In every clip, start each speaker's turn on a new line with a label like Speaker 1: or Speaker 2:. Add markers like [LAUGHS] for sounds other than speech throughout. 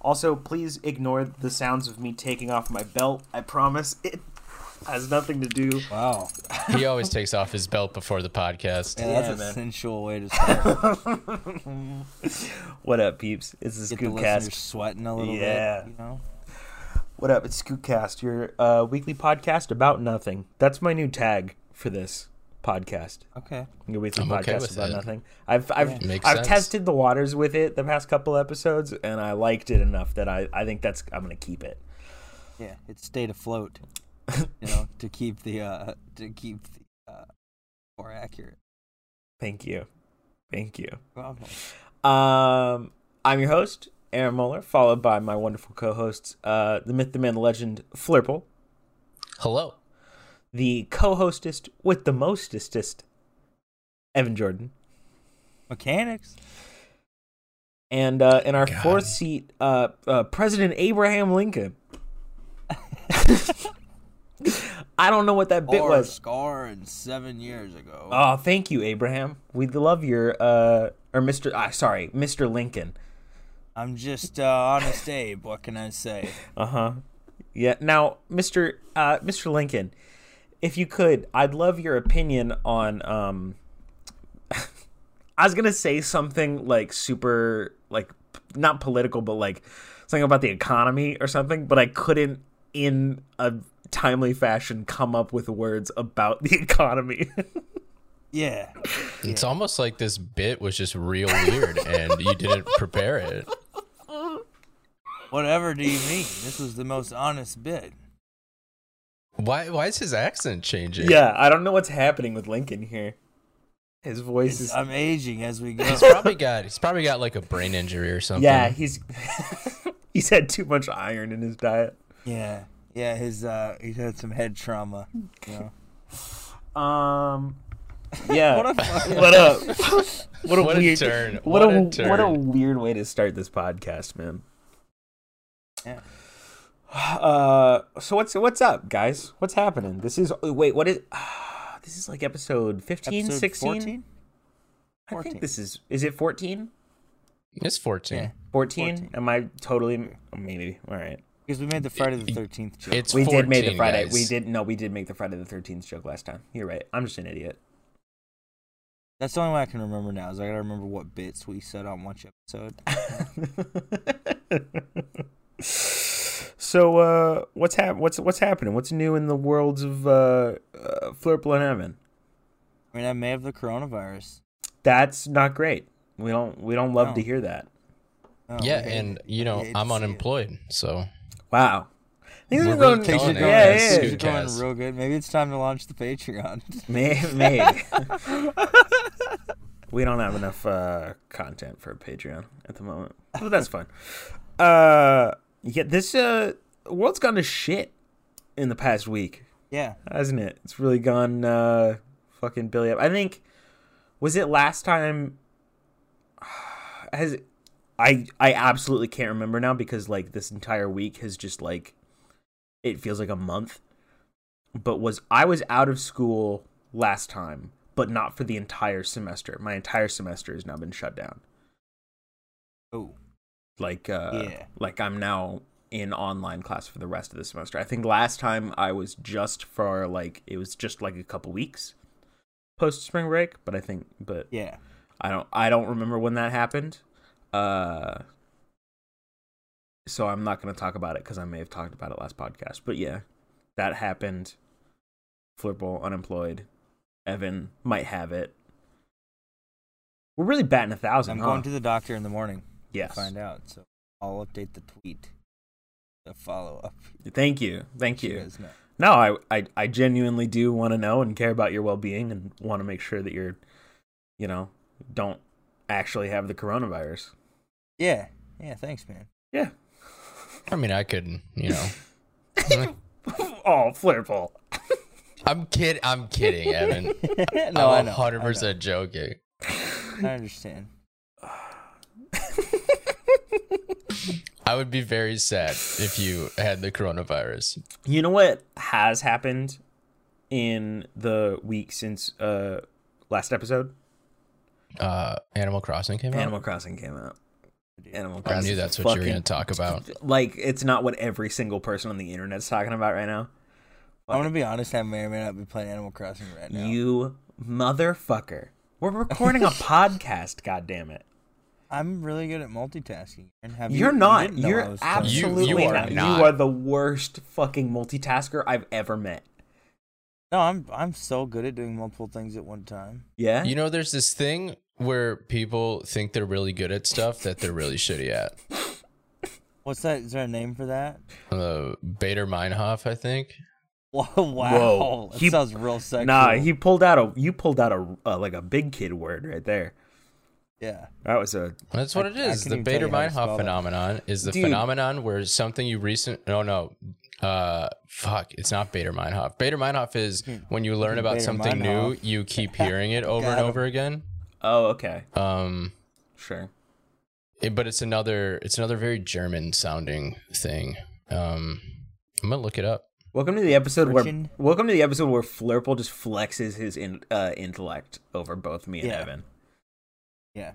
Speaker 1: Also, please ignore the sounds of me taking off my belt. I promise it has nothing to do.
Speaker 2: Wow.
Speaker 3: He always takes off his belt before the podcast.
Speaker 2: Yeah, that's
Speaker 1: Yeah,
Speaker 2: a
Speaker 1: man.
Speaker 2: sensual
Speaker 1: [LAUGHS]
Speaker 2: way to start.
Speaker 1: What up, peeps? It's the
Speaker 2: Get the
Speaker 1: Scoop
Speaker 2: listeners
Speaker 1: Cast.
Speaker 2: sweating a little
Speaker 1: Yeah.
Speaker 2: bit. You know?
Speaker 1: What up? It's Scoopcast, your uh, weekly podcast about nothing. That's my new tag for this podcast.
Speaker 2: Okay.
Speaker 1: Your weekly
Speaker 3: I'm
Speaker 1: podcast
Speaker 3: okay with
Speaker 1: about
Speaker 3: it.
Speaker 1: nothing. I've I've
Speaker 3: Makes
Speaker 1: I've
Speaker 3: sense.
Speaker 1: tested the waters with it the past couple episodes, and I liked it enough that I I think that's I'm gonna keep it. [LAUGHS]
Speaker 2: Yeah. It stayed afloat. You know, to keep the uh to keep the uh more accurate.
Speaker 1: Thank you, thank you.
Speaker 2: Problem.
Speaker 1: Um, I'm your host, Aaron Muller, followed by my wonderful co-hosts, uh, the myth, the man, the legend, Flirple,
Speaker 3: Hello.
Speaker 1: the co-hostest with the mostestest, Evan Jordan,
Speaker 2: Mechanics.
Speaker 1: and uh, in our
Speaker 3: God.
Speaker 1: fourth seat, uh, uh, President Abraham Lincoln. [LAUGHS] I don't know what that bit
Speaker 2: Or
Speaker 1: was.
Speaker 2: scorned seven years ago.
Speaker 1: Oh, thank you, Abraham. We love your uh or Mr. Ah, sorry, Mr. Lincoln.
Speaker 2: I'm just uh honest Abe, what can I say?
Speaker 1: Uh huh. Yeah. Now, Mr. Uh, Mr. Lincoln, if you could, I'd love your opinion on um. [LAUGHS] I was gonna say something like super like p- not political, but like something about the economy or something, but I couldn't in a timely fashion come up with words about the [LAUGHS] economy.
Speaker 2: Yeah.
Speaker 3: It's almost like this bit was just real weird and you didn't prepare it.
Speaker 2: Whatever do you mean? This was the most honest bit.
Speaker 3: Why why is his accent
Speaker 1: [LAUGHS]
Speaker 3: changing?
Speaker 1: yeah, I don't know what's happening with Lincoln here. His voice is
Speaker 2: I'm aging as
Speaker 1: [LAUGHS]
Speaker 2: we go.
Speaker 3: He's probably got he's probably got like a brain injury or something.
Speaker 1: Yeah, he's [LAUGHS] he's had too much iron in his diet.
Speaker 2: Yeah. Yeah, his uh he's had some head trauma. You know.
Speaker 1: Um, yeah.
Speaker 2: What a
Speaker 1: [LAUGHS]
Speaker 2: fucking-
Speaker 1: what
Speaker 3: [LAUGHS]
Speaker 1: up? What a
Speaker 3: What a
Speaker 1: weird
Speaker 3: turn.
Speaker 1: What,
Speaker 3: What
Speaker 1: a,
Speaker 3: a
Speaker 1: what a
Speaker 3: turn.
Speaker 1: weird way to start this podcast, man.
Speaker 2: Yeah.
Speaker 1: [SIGHS] Uh, so what's what's up, guys? What's happening? This is oh, wait, what is? [SIGHS] this is like episode 15,
Speaker 2: Episode
Speaker 1: 16?
Speaker 2: 14?
Speaker 1: I think
Speaker 2: 14.
Speaker 1: this is. Is it 14?
Speaker 3: It's fourteen.
Speaker 1: 14?
Speaker 2: 14.
Speaker 1: Am I totally? oh, Maybe. All right.
Speaker 2: Because we made the Friday the Thirteenth joke.
Speaker 3: It's
Speaker 1: we
Speaker 3: 14,
Speaker 1: did make the Friday.
Speaker 3: guys.
Speaker 1: We did no, we did make the Friday the Thirteenth joke last time. You're right. I'm just an idiot. [LAUGHS]
Speaker 2: That's the only one I can remember now. Is I gotta remember what bits we said on which episode.
Speaker 1: so uh, what's hap- What's what's happening? What's new in the worlds of uh, uh, Flirple and Evan?
Speaker 2: I mean, I may have the coronavirus.
Speaker 1: That's not great. We don't we don't love
Speaker 2: No.
Speaker 1: to hear that.
Speaker 2: Oh,
Speaker 3: Yeah,
Speaker 2: I hate
Speaker 3: and
Speaker 2: it.
Speaker 3: you
Speaker 2: I
Speaker 3: know,
Speaker 2: hate to
Speaker 3: I'm
Speaker 2: see it.
Speaker 3: unemployed, so
Speaker 1: Wow. Things
Speaker 3: We're
Speaker 1: are
Speaker 3: really
Speaker 1: going,
Speaker 2: Things are
Speaker 3: Killing
Speaker 2: going,
Speaker 3: it.
Speaker 1: yeah, yeah,
Speaker 3: Things
Speaker 2: things
Speaker 1: yeah.
Speaker 2: are going
Speaker 3: Scootcast.
Speaker 2: real good. Maybe it's time to launch the Patreon. [LAUGHS]
Speaker 1: May, may. we don't have enough uh, content for Patreon at the moment, but that's fine. Uh, yeah, this uh, world's gone to shit in the past week,
Speaker 2: yeah,
Speaker 1: hasn't it? It's really gone uh, fucking Billy up. I think was it last time? Has I I absolutely can't remember now because like this entire week has just like it feels like a month. But was I was out of school last time, but not for the entire semester. My entire semester has now been shut down.
Speaker 2: Oh.
Speaker 1: Like uh
Speaker 2: Yeah.
Speaker 1: like I'm now in online class for the rest of the semester. I think last time I was just for like it was just like a couple weeks post spring break, but I think but
Speaker 2: yeah.
Speaker 1: I don't I don't remember when that happened. Uh so I'm not going to talk about it cuz I may have talked about it last podcast. But yeah, that happened. Flipple unemployed. Evan might have it. We're really batting a thousand.
Speaker 2: I'm
Speaker 1: huh?
Speaker 2: going to the doctor in the morning to
Speaker 1: yes.
Speaker 2: find out. So I'll update the tweet. The follow up.
Speaker 1: Thank you. Thank
Speaker 2: You
Speaker 1: you.
Speaker 2: guys know.
Speaker 1: No, I, I I genuinely do want to know and care about your well-being and want to make sure that you're you know, don't actually have the coronavirus.
Speaker 2: Yeah, yeah. Thanks, man. [LAUGHS]
Speaker 1: Yeah.
Speaker 3: I mean I could you know
Speaker 1: oh, Flipple.
Speaker 3: I'm kid I'm kidding, Evan.
Speaker 2: no, I
Speaker 3: I'm
Speaker 2: know. I
Speaker 3: Oh, hundred
Speaker 2: know.
Speaker 3: percent joking.
Speaker 2: I understand.
Speaker 3: I would be very sad if you had the coronavirus.
Speaker 1: [LAUGHS] You know what has happened in the week since uh last episode?
Speaker 3: Uh Animal Crossing came out.
Speaker 1: Animal Crossing came out.
Speaker 2: dude.
Speaker 1: Animal
Speaker 3: I
Speaker 1: Crossing.
Speaker 3: knew that's what you were gonna talk about.
Speaker 1: Like it's not what every single person on the internet's talking about right now.
Speaker 2: I'm gonna be honest. I may or may not be playing Animal Crossing right now.
Speaker 1: You motherfucker. We're recording
Speaker 3: [LAUGHS]
Speaker 1: a podcast, God damn it.
Speaker 2: I'm really good at multitasking. And have you-
Speaker 1: You're
Speaker 2: you
Speaker 1: not.
Speaker 2: didn't know I
Speaker 1: You're
Speaker 2: was playing.
Speaker 3: You-
Speaker 1: absolutely
Speaker 3: you are
Speaker 1: not.
Speaker 3: not.
Speaker 1: You are the worst fucking multitasker I've ever met.
Speaker 2: No, I'm I'm so good at doing multiple things at one time.
Speaker 1: Yeah?
Speaker 3: You know, there's this thing where people think they're really good at stuff that they're really shitty at.
Speaker 2: What's that? Is there a name for that? [LAUGHS]
Speaker 3: Uh, Bader Meinhof, I think.
Speaker 2: Whoa! wow.
Speaker 1: Whoa.
Speaker 2: That
Speaker 1: He-
Speaker 2: sounds real sexual.
Speaker 1: nah, he pulled out a you pulled out a uh, like a big kid word right there. [LAUGHS]
Speaker 2: yeah.
Speaker 1: That was a
Speaker 3: That's what
Speaker 2: I-
Speaker 3: it
Speaker 2: I
Speaker 3: is.
Speaker 2: couldn't
Speaker 3: The
Speaker 2: even tell
Speaker 3: Bader
Speaker 2: you how to
Speaker 3: Meinhof
Speaker 2: spell that.
Speaker 3: phenomenon is the
Speaker 1: Dude.
Speaker 3: phenomenon where something you recent no no uh fuck it's not Bader Meinhof. Bader Meinhof is when you learn about
Speaker 2: Hmm. Bader
Speaker 3: something new,
Speaker 2: Meinhof. [LAUGHS]
Speaker 3: you keep hearing it over and
Speaker 2: Got him.
Speaker 3: over again.
Speaker 1: Oh, okay.
Speaker 3: Um,
Speaker 1: Sure.
Speaker 3: it- but it's another it's another very German sounding thing. Um, I'm gonna look it up.
Speaker 1: Welcome to the episode
Speaker 2: Virgin.
Speaker 1: where welcome to the episode where Flurple just flexes his in, uh, intellect over both me and
Speaker 2: Yeah.
Speaker 1: Evan.
Speaker 2: Yeah.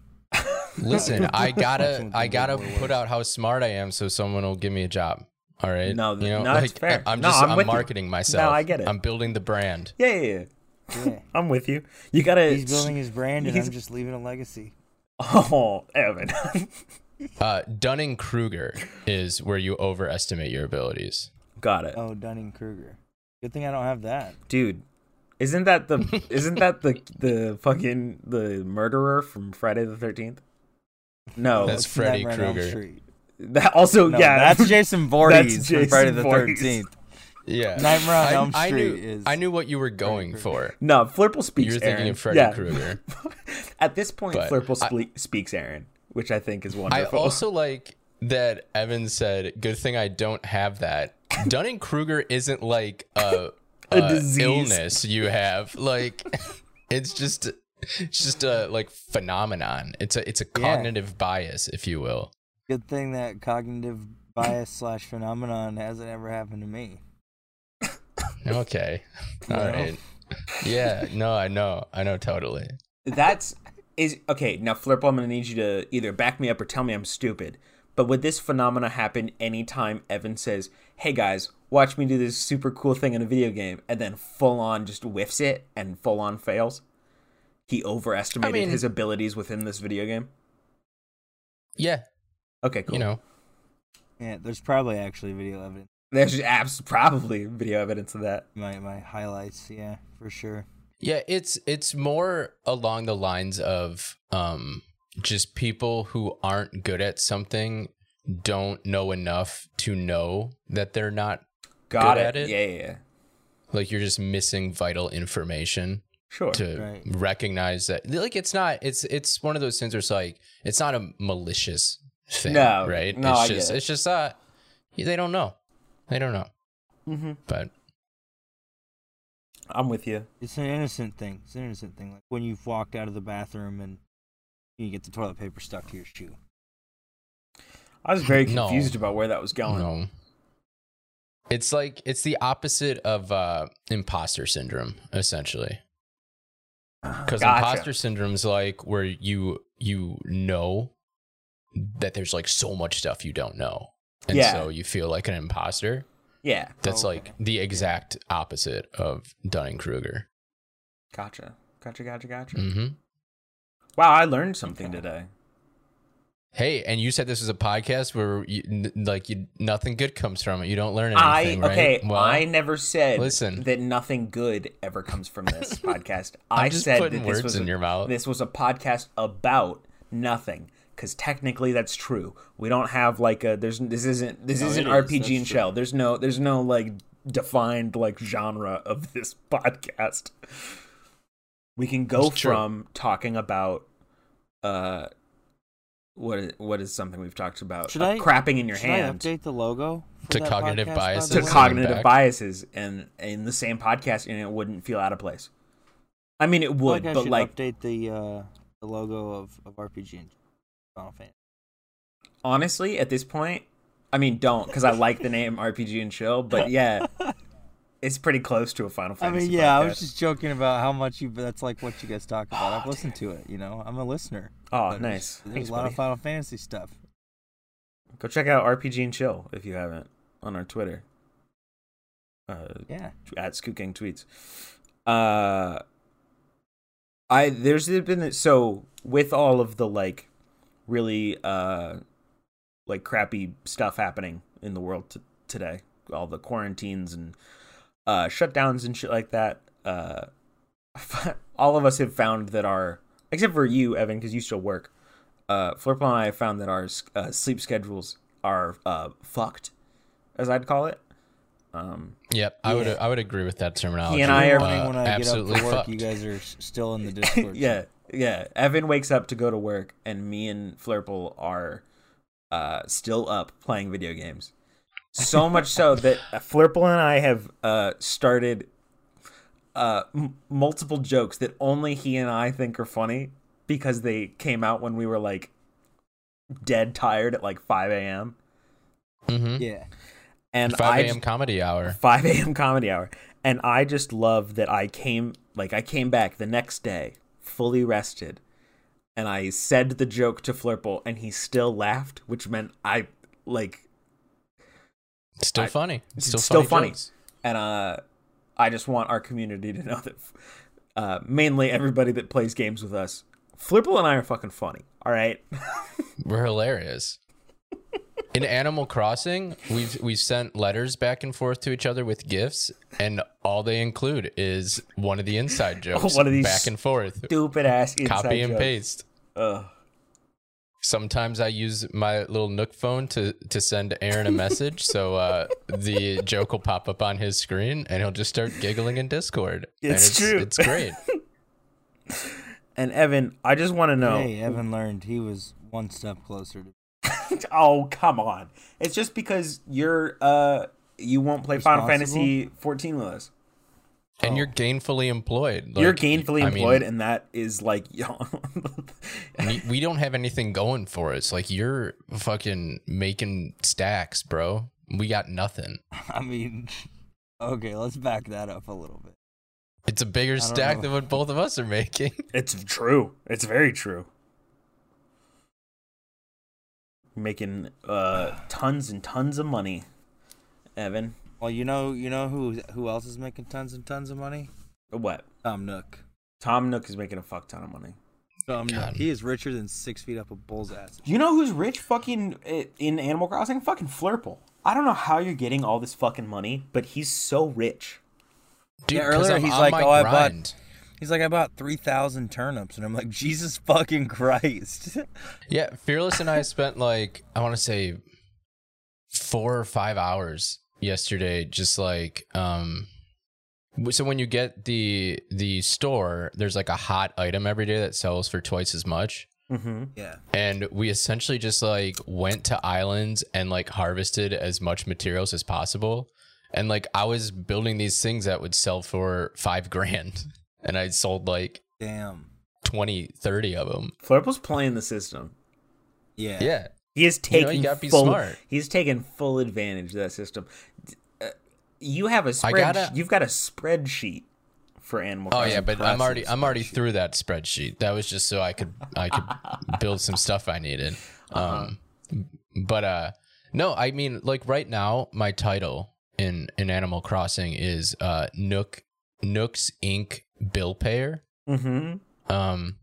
Speaker 3: Listen,
Speaker 1: [LAUGHS]
Speaker 3: I gotta
Speaker 2: Something
Speaker 3: I gotta
Speaker 2: way worse.
Speaker 3: put out how smart I am so someone will give me a job. All right.
Speaker 1: No,
Speaker 3: you know,
Speaker 1: no, that's
Speaker 3: like,
Speaker 1: fair.
Speaker 3: I, am
Speaker 1: No,
Speaker 3: just
Speaker 1: I'm
Speaker 3: I'm,
Speaker 1: with you.
Speaker 3: marketing myself.
Speaker 1: No, I get it.
Speaker 3: I'm building the brand.
Speaker 1: Yeah, yeah, yeah.
Speaker 2: yeah.
Speaker 1: I'm with you. You gotta.
Speaker 2: He's building his brand, and
Speaker 1: he's-
Speaker 2: I'm just leaving a legacy.
Speaker 1: [LAUGHS] Oh, Evan. [LAUGHS]
Speaker 3: Uh, Dunning Kruger is where you overestimate your abilities.
Speaker 1: Got it,
Speaker 2: Oh, Dunning Kruger. Good thing I don't have that.
Speaker 1: dude. Isn't that the isn't that the the fucking the murderer from Friday the Thirteenth? No,
Speaker 3: That's
Speaker 2: It's Nightmare
Speaker 3: Freddy
Speaker 2: on Elm
Speaker 3: Krueger.
Speaker 2: Street.
Speaker 1: that also
Speaker 2: No,
Speaker 1: yeah.
Speaker 2: that's
Speaker 1: [LAUGHS]
Speaker 2: Jason Voorhees from
Speaker 1: Jason
Speaker 2: Friday the
Speaker 1: Voorhees.
Speaker 2: Thirteenth.
Speaker 3: Yeah,
Speaker 2: Nightmare on
Speaker 3: I,
Speaker 2: Elm
Speaker 3: I knew,
Speaker 2: Street is
Speaker 3: I knew what you were going for.
Speaker 1: no. Flurple speaks.
Speaker 3: You were thinking
Speaker 1: Aaron.
Speaker 3: of Freddy
Speaker 1: yeah.
Speaker 3: Krueger.
Speaker 1: [LAUGHS] At this point,
Speaker 3: But
Speaker 1: Flurple
Speaker 3: I-
Speaker 1: sple- speaks Aaron, which I think is
Speaker 3: I
Speaker 1: wonderful.
Speaker 3: also like that Evan said, "Good thing I don't have that." Dunning Kruger isn't like a,
Speaker 1: [LAUGHS] A
Speaker 3: a
Speaker 1: disease.
Speaker 3: illness you have. Like it's just it's just a like phenomenon. It's a it's a cognitive bias, if you will.
Speaker 2: Good thing that cognitive bias slash phenomenon hasn't ever happened to me.
Speaker 3: Okay, all
Speaker 2: No.
Speaker 3: right. Yeah, no, I know, I know, totally.
Speaker 1: [LAUGHS] That's is okay. Now, Flurple, I'm gonna need you to either back me up or tell me I'm stupid. But would this phenomena happen anytime Evan says, "Hey guys, watch me do this super cool thing in a video game," and then full on just whiffs it and full on fails? He overestimated
Speaker 3: I mean-
Speaker 1: his abilities within this video game.
Speaker 3: Yeah,
Speaker 1: Okay, cool.
Speaker 3: you know,
Speaker 2: Yeah, there's probably actually video evidence.
Speaker 1: There's abs- probably video evidence of that.
Speaker 2: My my highlights, yeah, for sure.
Speaker 3: Yeah, it's it's more along the lines of um just people who aren't good at something don't know enough to know that they're not
Speaker 1: Got
Speaker 3: Good
Speaker 1: it.
Speaker 3: at it?
Speaker 1: Yeah, yeah, yeah.
Speaker 3: like you're just missing vital information
Speaker 1: Sure.
Speaker 3: to
Speaker 2: Right.
Speaker 3: recognize that like it's not it's it's one of those things where it's like it's not a malicious thing
Speaker 1: No,
Speaker 3: right
Speaker 1: no,
Speaker 3: it's
Speaker 1: I get
Speaker 3: just
Speaker 1: it.
Speaker 3: it's just uh they don't know they don't know
Speaker 1: Mm-hmm.
Speaker 3: but
Speaker 1: I'm with you.
Speaker 2: It's an innocent thing. It's an innocent thing. Like when you've walked out of the bathroom and you get the toilet paper stuck to your shoe.
Speaker 1: I was very
Speaker 3: [LAUGHS] No.
Speaker 1: confused about where that was going.
Speaker 3: no it's like it's the opposite of uh imposter syndrome essentially because
Speaker 1: Gotcha.
Speaker 3: imposter syndrome's like where you you know that there's like so much stuff you don't know and
Speaker 1: Yeah. Oh,
Speaker 3: so you feel like an imposter
Speaker 1: Yeah.
Speaker 3: that's
Speaker 2: Okay.
Speaker 3: like the exact opposite of dunning-kruger
Speaker 1: Gotcha. Gotcha. Gotcha. Gotcha.
Speaker 3: hmm
Speaker 1: Wow, I learned something today.
Speaker 3: hey and you said this was a podcast where you, n- like you, nothing good comes from it you don't learn
Speaker 1: I
Speaker 3: anything
Speaker 1: okay.
Speaker 3: right? Well,
Speaker 1: I never said
Speaker 3: listen.
Speaker 1: that nothing good ever comes from
Speaker 3: [LAUGHS]
Speaker 1: this podcast.
Speaker 3: I'm
Speaker 1: I
Speaker 3: just
Speaker 1: said
Speaker 3: putting
Speaker 1: that
Speaker 3: words
Speaker 1: this was
Speaker 3: in
Speaker 1: a,
Speaker 3: your mouth.
Speaker 1: This was a podcast about nothing because technically that's true. We don't have like a there's this isn't this
Speaker 2: No,
Speaker 1: isn't
Speaker 2: it is,
Speaker 1: RPG
Speaker 2: that's
Speaker 1: and
Speaker 2: true.
Speaker 1: shell. There's no there's no like defined like genre of this [LAUGHS] podcast. We can go
Speaker 3: It's true.
Speaker 1: from talking about uh what is, what is something we've talked about
Speaker 2: Should
Speaker 1: Uh,
Speaker 2: I-
Speaker 1: crapping in your
Speaker 2: Should
Speaker 1: hand
Speaker 2: I update the logo for
Speaker 3: To
Speaker 2: that
Speaker 3: cognitive
Speaker 2: podcast, by
Speaker 3: biases.
Speaker 1: to
Speaker 2: the way?
Speaker 3: cog-
Speaker 1: cognitive
Speaker 3: back.
Speaker 1: biases and in the same podcast and it wouldn't feel out of place i mean it
Speaker 2: I feel
Speaker 1: would
Speaker 2: like I
Speaker 1: but
Speaker 2: should
Speaker 1: like
Speaker 2: update the uh, the logo of, of RPG and Final Fantasy.
Speaker 1: [LAUGHS] honestly at this point i mean don't because i like the name rpg and chill but yeah it's pretty close to a final
Speaker 2: [LAUGHS] I
Speaker 1: fantasy
Speaker 2: mean, yeah, I
Speaker 1: podcast.
Speaker 2: was just joking about how much you. That's like what you guys talk about. I've listened to it. You know, I'm a listener.
Speaker 1: oh
Speaker 2: But
Speaker 1: nice
Speaker 2: There's
Speaker 1: Thanks,
Speaker 2: a lot
Speaker 1: buddy.
Speaker 2: of Final Fantasy stuff.
Speaker 1: Go check out RPG and Chill if you haven't on our Twitter. Uh,
Speaker 2: Yeah.
Speaker 1: at Scoot Gang tweets. Uh, I there's been so with all of the like really uh like crappy stuff happening in the world t- today, all the quarantines and uh shutdowns and shit like that. Uh, [LAUGHS] all of us have found that our except for you, Evan, because you still work. Uh, Flurple and I have found that our s- uh, sleep schedules are uh fucked, as I'd call it. Um,
Speaker 3: Yep, I would
Speaker 2: Yeah.
Speaker 3: I would agree with that terminology. Uh,
Speaker 1: He and I are-
Speaker 2: Morning when I get up
Speaker 3: absolutely
Speaker 2: for work,
Speaker 3: fucked.
Speaker 2: you guys are s-
Speaker 1: [LAUGHS]
Speaker 2: still in the Discord.
Speaker 1: yeah, yeah. Evan wakes up to go to work, and me and Flurple are uh, still up playing video games. So much so that [LAUGHS] Flurple and I have uh, started uh, m- multiple jokes that only he and I think are funny because they came out when we were like dead tired at like 5 a.m.
Speaker 3: Mhm.
Speaker 2: Yeah.
Speaker 1: And I
Speaker 3: Five
Speaker 1: just-
Speaker 3: a.m. comedy hour.
Speaker 1: 5 a.m. comedy hour. And I just love that I came, like, I came back the next day fully rested and I said the joke to Flurple and he still laughed, which meant I, like,
Speaker 3: Still
Speaker 1: I-
Speaker 3: funny.
Speaker 1: it's
Speaker 3: Still,
Speaker 1: still funny.
Speaker 3: funny. jokes.
Speaker 1: and uh, I just want our community to know that uh, mainly everybody that plays games with us, Flurple and I are fucking funny. All right.
Speaker 3: We're hilarious. In Animal Crossing, we've we've sent letters back and forth to each other with gifts, and all they include is one of the inside
Speaker 1: [LAUGHS]
Speaker 3: jokes.
Speaker 1: One of these
Speaker 3: back and forth,
Speaker 1: Stupid ass inside
Speaker 3: copy and
Speaker 1: joke.
Speaker 3: paste.
Speaker 1: Ugh.
Speaker 3: Sometimes I use my little Nook phone to to send Aaron a message, so uh, the joke will pop up on his screen, and he'll just start giggling in Discord. And
Speaker 1: It's true. Oh. [LAUGHS]
Speaker 3: It's great.
Speaker 1: And Evan, I just want to know.
Speaker 2: Hey, Evan learned he was one step closer to
Speaker 1: Oh come on! It's just because you're uh you won't play Final
Speaker 2: Responsible?
Speaker 1: Fantasy 14 with us.
Speaker 2: Oh, [LAUGHS]
Speaker 3: And you're gainfully employed.
Speaker 1: you're
Speaker 3: Like,
Speaker 1: gainfully
Speaker 3: I mean,
Speaker 1: employed, and that is like [LAUGHS]
Speaker 3: we, we don't have anything going for us. Like you're fucking making stacks, bro. We got nothing.
Speaker 2: I mean, okay, let's back that up a little bit.
Speaker 3: It's a bigger
Speaker 2: don't
Speaker 3: stack
Speaker 2: know.
Speaker 3: than what both of us are making.
Speaker 1: it's true. It's very true. Making uh tons and tons of money, Evan.
Speaker 2: Well, you know, you know who who else is making tons and tons of money?
Speaker 1: What?
Speaker 2: Tom Nook.
Speaker 1: Tom Nook is making a fuck ton of money.
Speaker 2: Tom
Speaker 3: God.
Speaker 2: Nook. He is richer than six feet up a bull's ass.
Speaker 1: You know who's rich? Fucking uh, in Animal Crossing, fucking Flurple. I don't know how you're getting all this fucking money, but he's so rich.
Speaker 3: Dude,
Speaker 2: Yeah,
Speaker 3: 'cause
Speaker 2: earlier
Speaker 3: I'm
Speaker 2: he's
Speaker 3: on
Speaker 2: like,
Speaker 3: my
Speaker 2: "Oh, I bought-"
Speaker 3: grind.
Speaker 2: He's like, I bought three thousand turnips, and I'm like, Jesus fucking Christ. [LAUGHS]
Speaker 3: Yeah, Fearless and I spent like I want to say four or five hours yesterday, just like um. w- So when you get the the store, there's like a hot item every day that sells for twice as much.
Speaker 1: Mm-hmm.
Speaker 2: yeah.
Speaker 3: and we essentially just like went to islands and like harvested as much materials as possible and like i was building these things that would sell for five grand [LAUGHS] and i sold like
Speaker 2: Damn.
Speaker 3: 20 30 of them
Speaker 1: Flurple's playing the system.
Speaker 2: Yeah.
Speaker 3: yeah
Speaker 1: He is
Speaker 3: You know, you
Speaker 1: taking
Speaker 3: gotta be
Speaker 1: full.
Speaker 3: smart.
Speaker 1: He's taking full advantage of that system. D- uh, You have a
Speaker 3: I
Speaker 1: spread.
Speaker 3: gotta-
Speaker 1: You've got a spreadsheet for Animal
Speaker 3: oh
Speaker 1: Crossing.
Speaker 3: yeah but i'm already i'm already
Speaker 2: spreadsheet.
Speaker 3: through that spreadsheet that was just so i could i
Speaker 1: [LAUGHS]
Speaker 3: could build some stuff i needed
Speaker 1: Uh-huh.
Speaker 3: um but uh no i mean like right now my title in in animal crossing is uh nook nooks inc bill payer
Speaker 1: Mm-hmm.
Speaker 3: Um,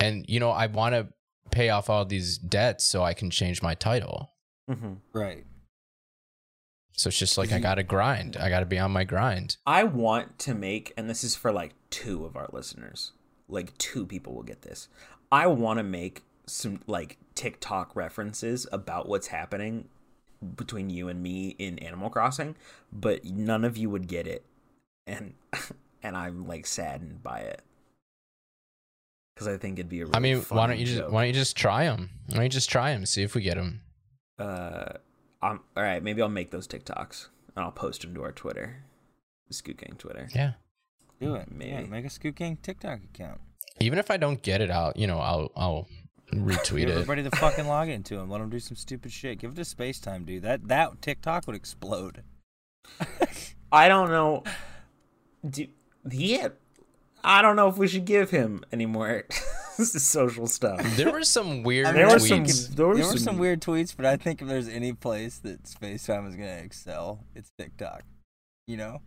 Speaker 3: and you know, I want to pay off all these debts so I can change my title.
Speaker 1: Mm-hmm.
Speaker 2: Right.
Speaker 3: So it's just like I gotta grind. I gotta be on my grind.
Speaker 1: I want to make, and this is for like two of our listeners. Like two people will get this. I want to make some like TikTok references about what's happening between you and me in Animal Crossing, but none of you would get it, and [LAUGHS] and I'm like saddened by it because I think it'd be a really
Speaker 3: I mean, why
Speaker 1: funny
Speaker 3: don't you just
Speaker 1: joke.
Speaker 3: why don't you just try them? Why don't you just try them? See if we get them.
Speaker 1: uh, I'm all right. Maybe I'll make those TikToks and I'll post them to our Twitter, Scoot Gang Twitter.
Speaker 3: Yeah.
Speaker 2: Do it. Yeah,
Speaker 1: Maybe.
Speaker 2: make a Scoot King TikTok account.
Speaker 3: Even if I don't get it out, you know, I'll I'll retweet
Speaker 2: Give
Speaker 3: it.
Speaker 2: everybody the fucking
Speaker 3: [LAUGHS]
Speaker 2: login to him. Let him do some stupid shit. Give it a space time, dude. That that TikTok would explode.
Speaker 1: I don't know. Do, yeah, I don't know if we should give him anymore. this is [LAUGHS] social stuff.
Speaker 3: There were
Speaker 1: [LAUGHS]
Speaker 3: some weird
Speaker 1: There were some.
Speaker 3: tweets.
Speaker 1: There
Speaker 2: There
Speaker 1: were
Speaker 2: were
Speaker 1: some,
Speaker 2: some weird tweets, but I think if there's any place that Spacetime is going to excel, it's TikTok. You know?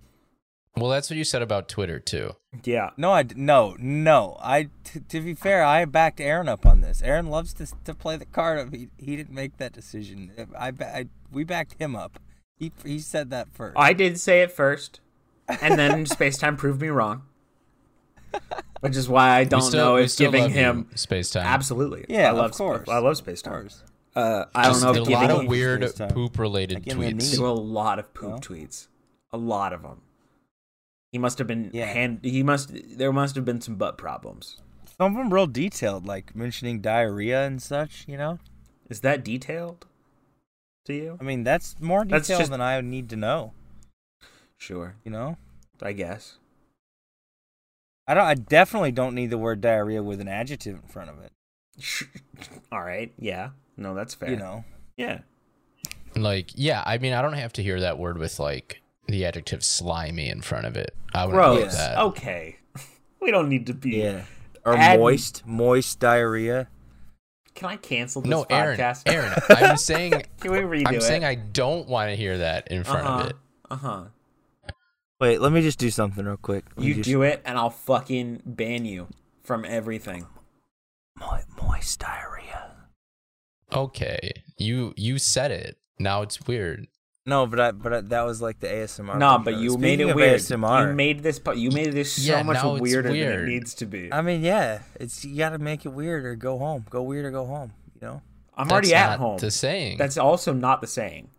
Speaker 3: Well, that's what you said about Twitter too.
Speaker 1: Yeah.
Speaker 2: No, I d- no no. I t- to be fair, I backed Aaron up on this. Aaron loves to to play the card of he, he didn't make that decision. I, ba- I we backed him up. He he said that first.
Speaker 1: I did say it first, and
Speaker 2: [LAUGHS]
Speaker 1: then Spacetime proved me wrong, which is why I don't
Speaker 3: we still,
Speaker 1: know
Speaker 3: we
Speaker 1: if
Speaker 3: still
Speaker 1: giving
Speaker 3: love you,
Speaker 1: him
Speaker 3: Spacetime.
Speaker 1: absolutely.
Speaker 2: yeah,
Speaker 1: I love
Speaker 2: of
Speaker 1: Spa-
Speaker 2: course.
Speaker 1: I love
Speaker 2: Of
Speaker 1: Spacetime.
Speaker 2: course.
Speaker 1: Uh, I don't
Speaker 3: Just
Speaker 1: know
Speaker 3: a
Speaker 1: if
Speaker 3: lot
Speaker 1: giving
Speaker 3: of
Speaker 2: him-
Speaker 3: weird
Speaker 2: Spacetime.
Speaker 3: poop related
Speaker 2: Again, we
Speaker 3: tweets.
Speaker 2: need-
Speaker 1: There were a lot of poop
Speaker 2: No?
Speaker 1: tweets, a lot of them. He must have been
Speaker 2: Yeah.
Speaker 1: hand. He must. There must have been some butt problems.
Speaker 2: Some of them real detailed, like mentioning diarrhea and such. You know,
Speaker 1: Is that detailed to you?
Speaker 2: I mean that's more
Speaker 1: That's
Speaker 2: detail
Speaker 1: just-
Speaker 2: than I need to know.
Speaker 1: Sure,
Speaker 2: You know,
Speaker 1: I guess. [LAUGHS]
Speaker 2: I don't. I definitely don't need the word diarrhea with an adjective in front of it.
Speaker 1: Sh- All right. Yeah. No, that's fair.
Speaker 2: You know,
Speaker 1: Yeah.
Speaker 3: Like, yeah, I mean, I don't have to hear that word with like the adjective slimy in front of it. I would
Speaker 1: Gross. Oh,
Speaker 3: love that.
Speaker 1: Okay. [LAUGHS] we don't need to be.
Speaker 2: or
Speaker 1: Add-
Speaker 2: moist, moist diarrhea.
Speaker 1: Can I cancel this
Speaker 3: No, Aaron,
Speaker 1: podcast?
Speaker 3: Aaron, I'm saying,
Speaker 1: [LAUGHS] Can we redo
Speaker 3: I'm
Speaker 1: it?
Speaker 3: saying I don't want to hear that
Speaker 1: [LAUGHS]
Speaker 3: in front
Speaker 1: uh-huh.
Speaker 3: of it.
Speaker 1: Uh-huh.
Speaker 2: Wait, let me just do something real quick. Let me
Speaker 1: You
Speaker 2: just-
Speaker 1: do it and I'll fucking ban you from everything.
Speaker 2: Mo- moist diarrhea.
Speaker 3: Okay, you you said it. Now it's weird.
Speaker 2: No, but I, but I, that was like the ASMR.
Speaker 1: No,
Speaker 2: part
Speaker 1: but
Speaker 2: of it.
Speaker 1: you
Speaker 2: Speaking
Speaker 1: made it
Speaker 2: of
Speaker 1: weird.
Speaker 2: ASMR,
Speaker 1: You made this po- you made this so
Speaker 3: Yeah,
Speaker 1: much
Speaker 3: now it's
Speaker 1: weirder than it
Speaker 3: weird.
Speaker 1: needs to be.
Speaker 2: I
Speaker 1: I'm,
Speaker 2: mean, yeah, it's you got to make it weird or go home. Go weird or go home. You know.
Speaker 1: already
Speaker 3: That's
Speaker 1: at
Speaker 3: not
Speaker 1: home.
Speaker 3: The saying.
Speaker 1: That's also not the saying.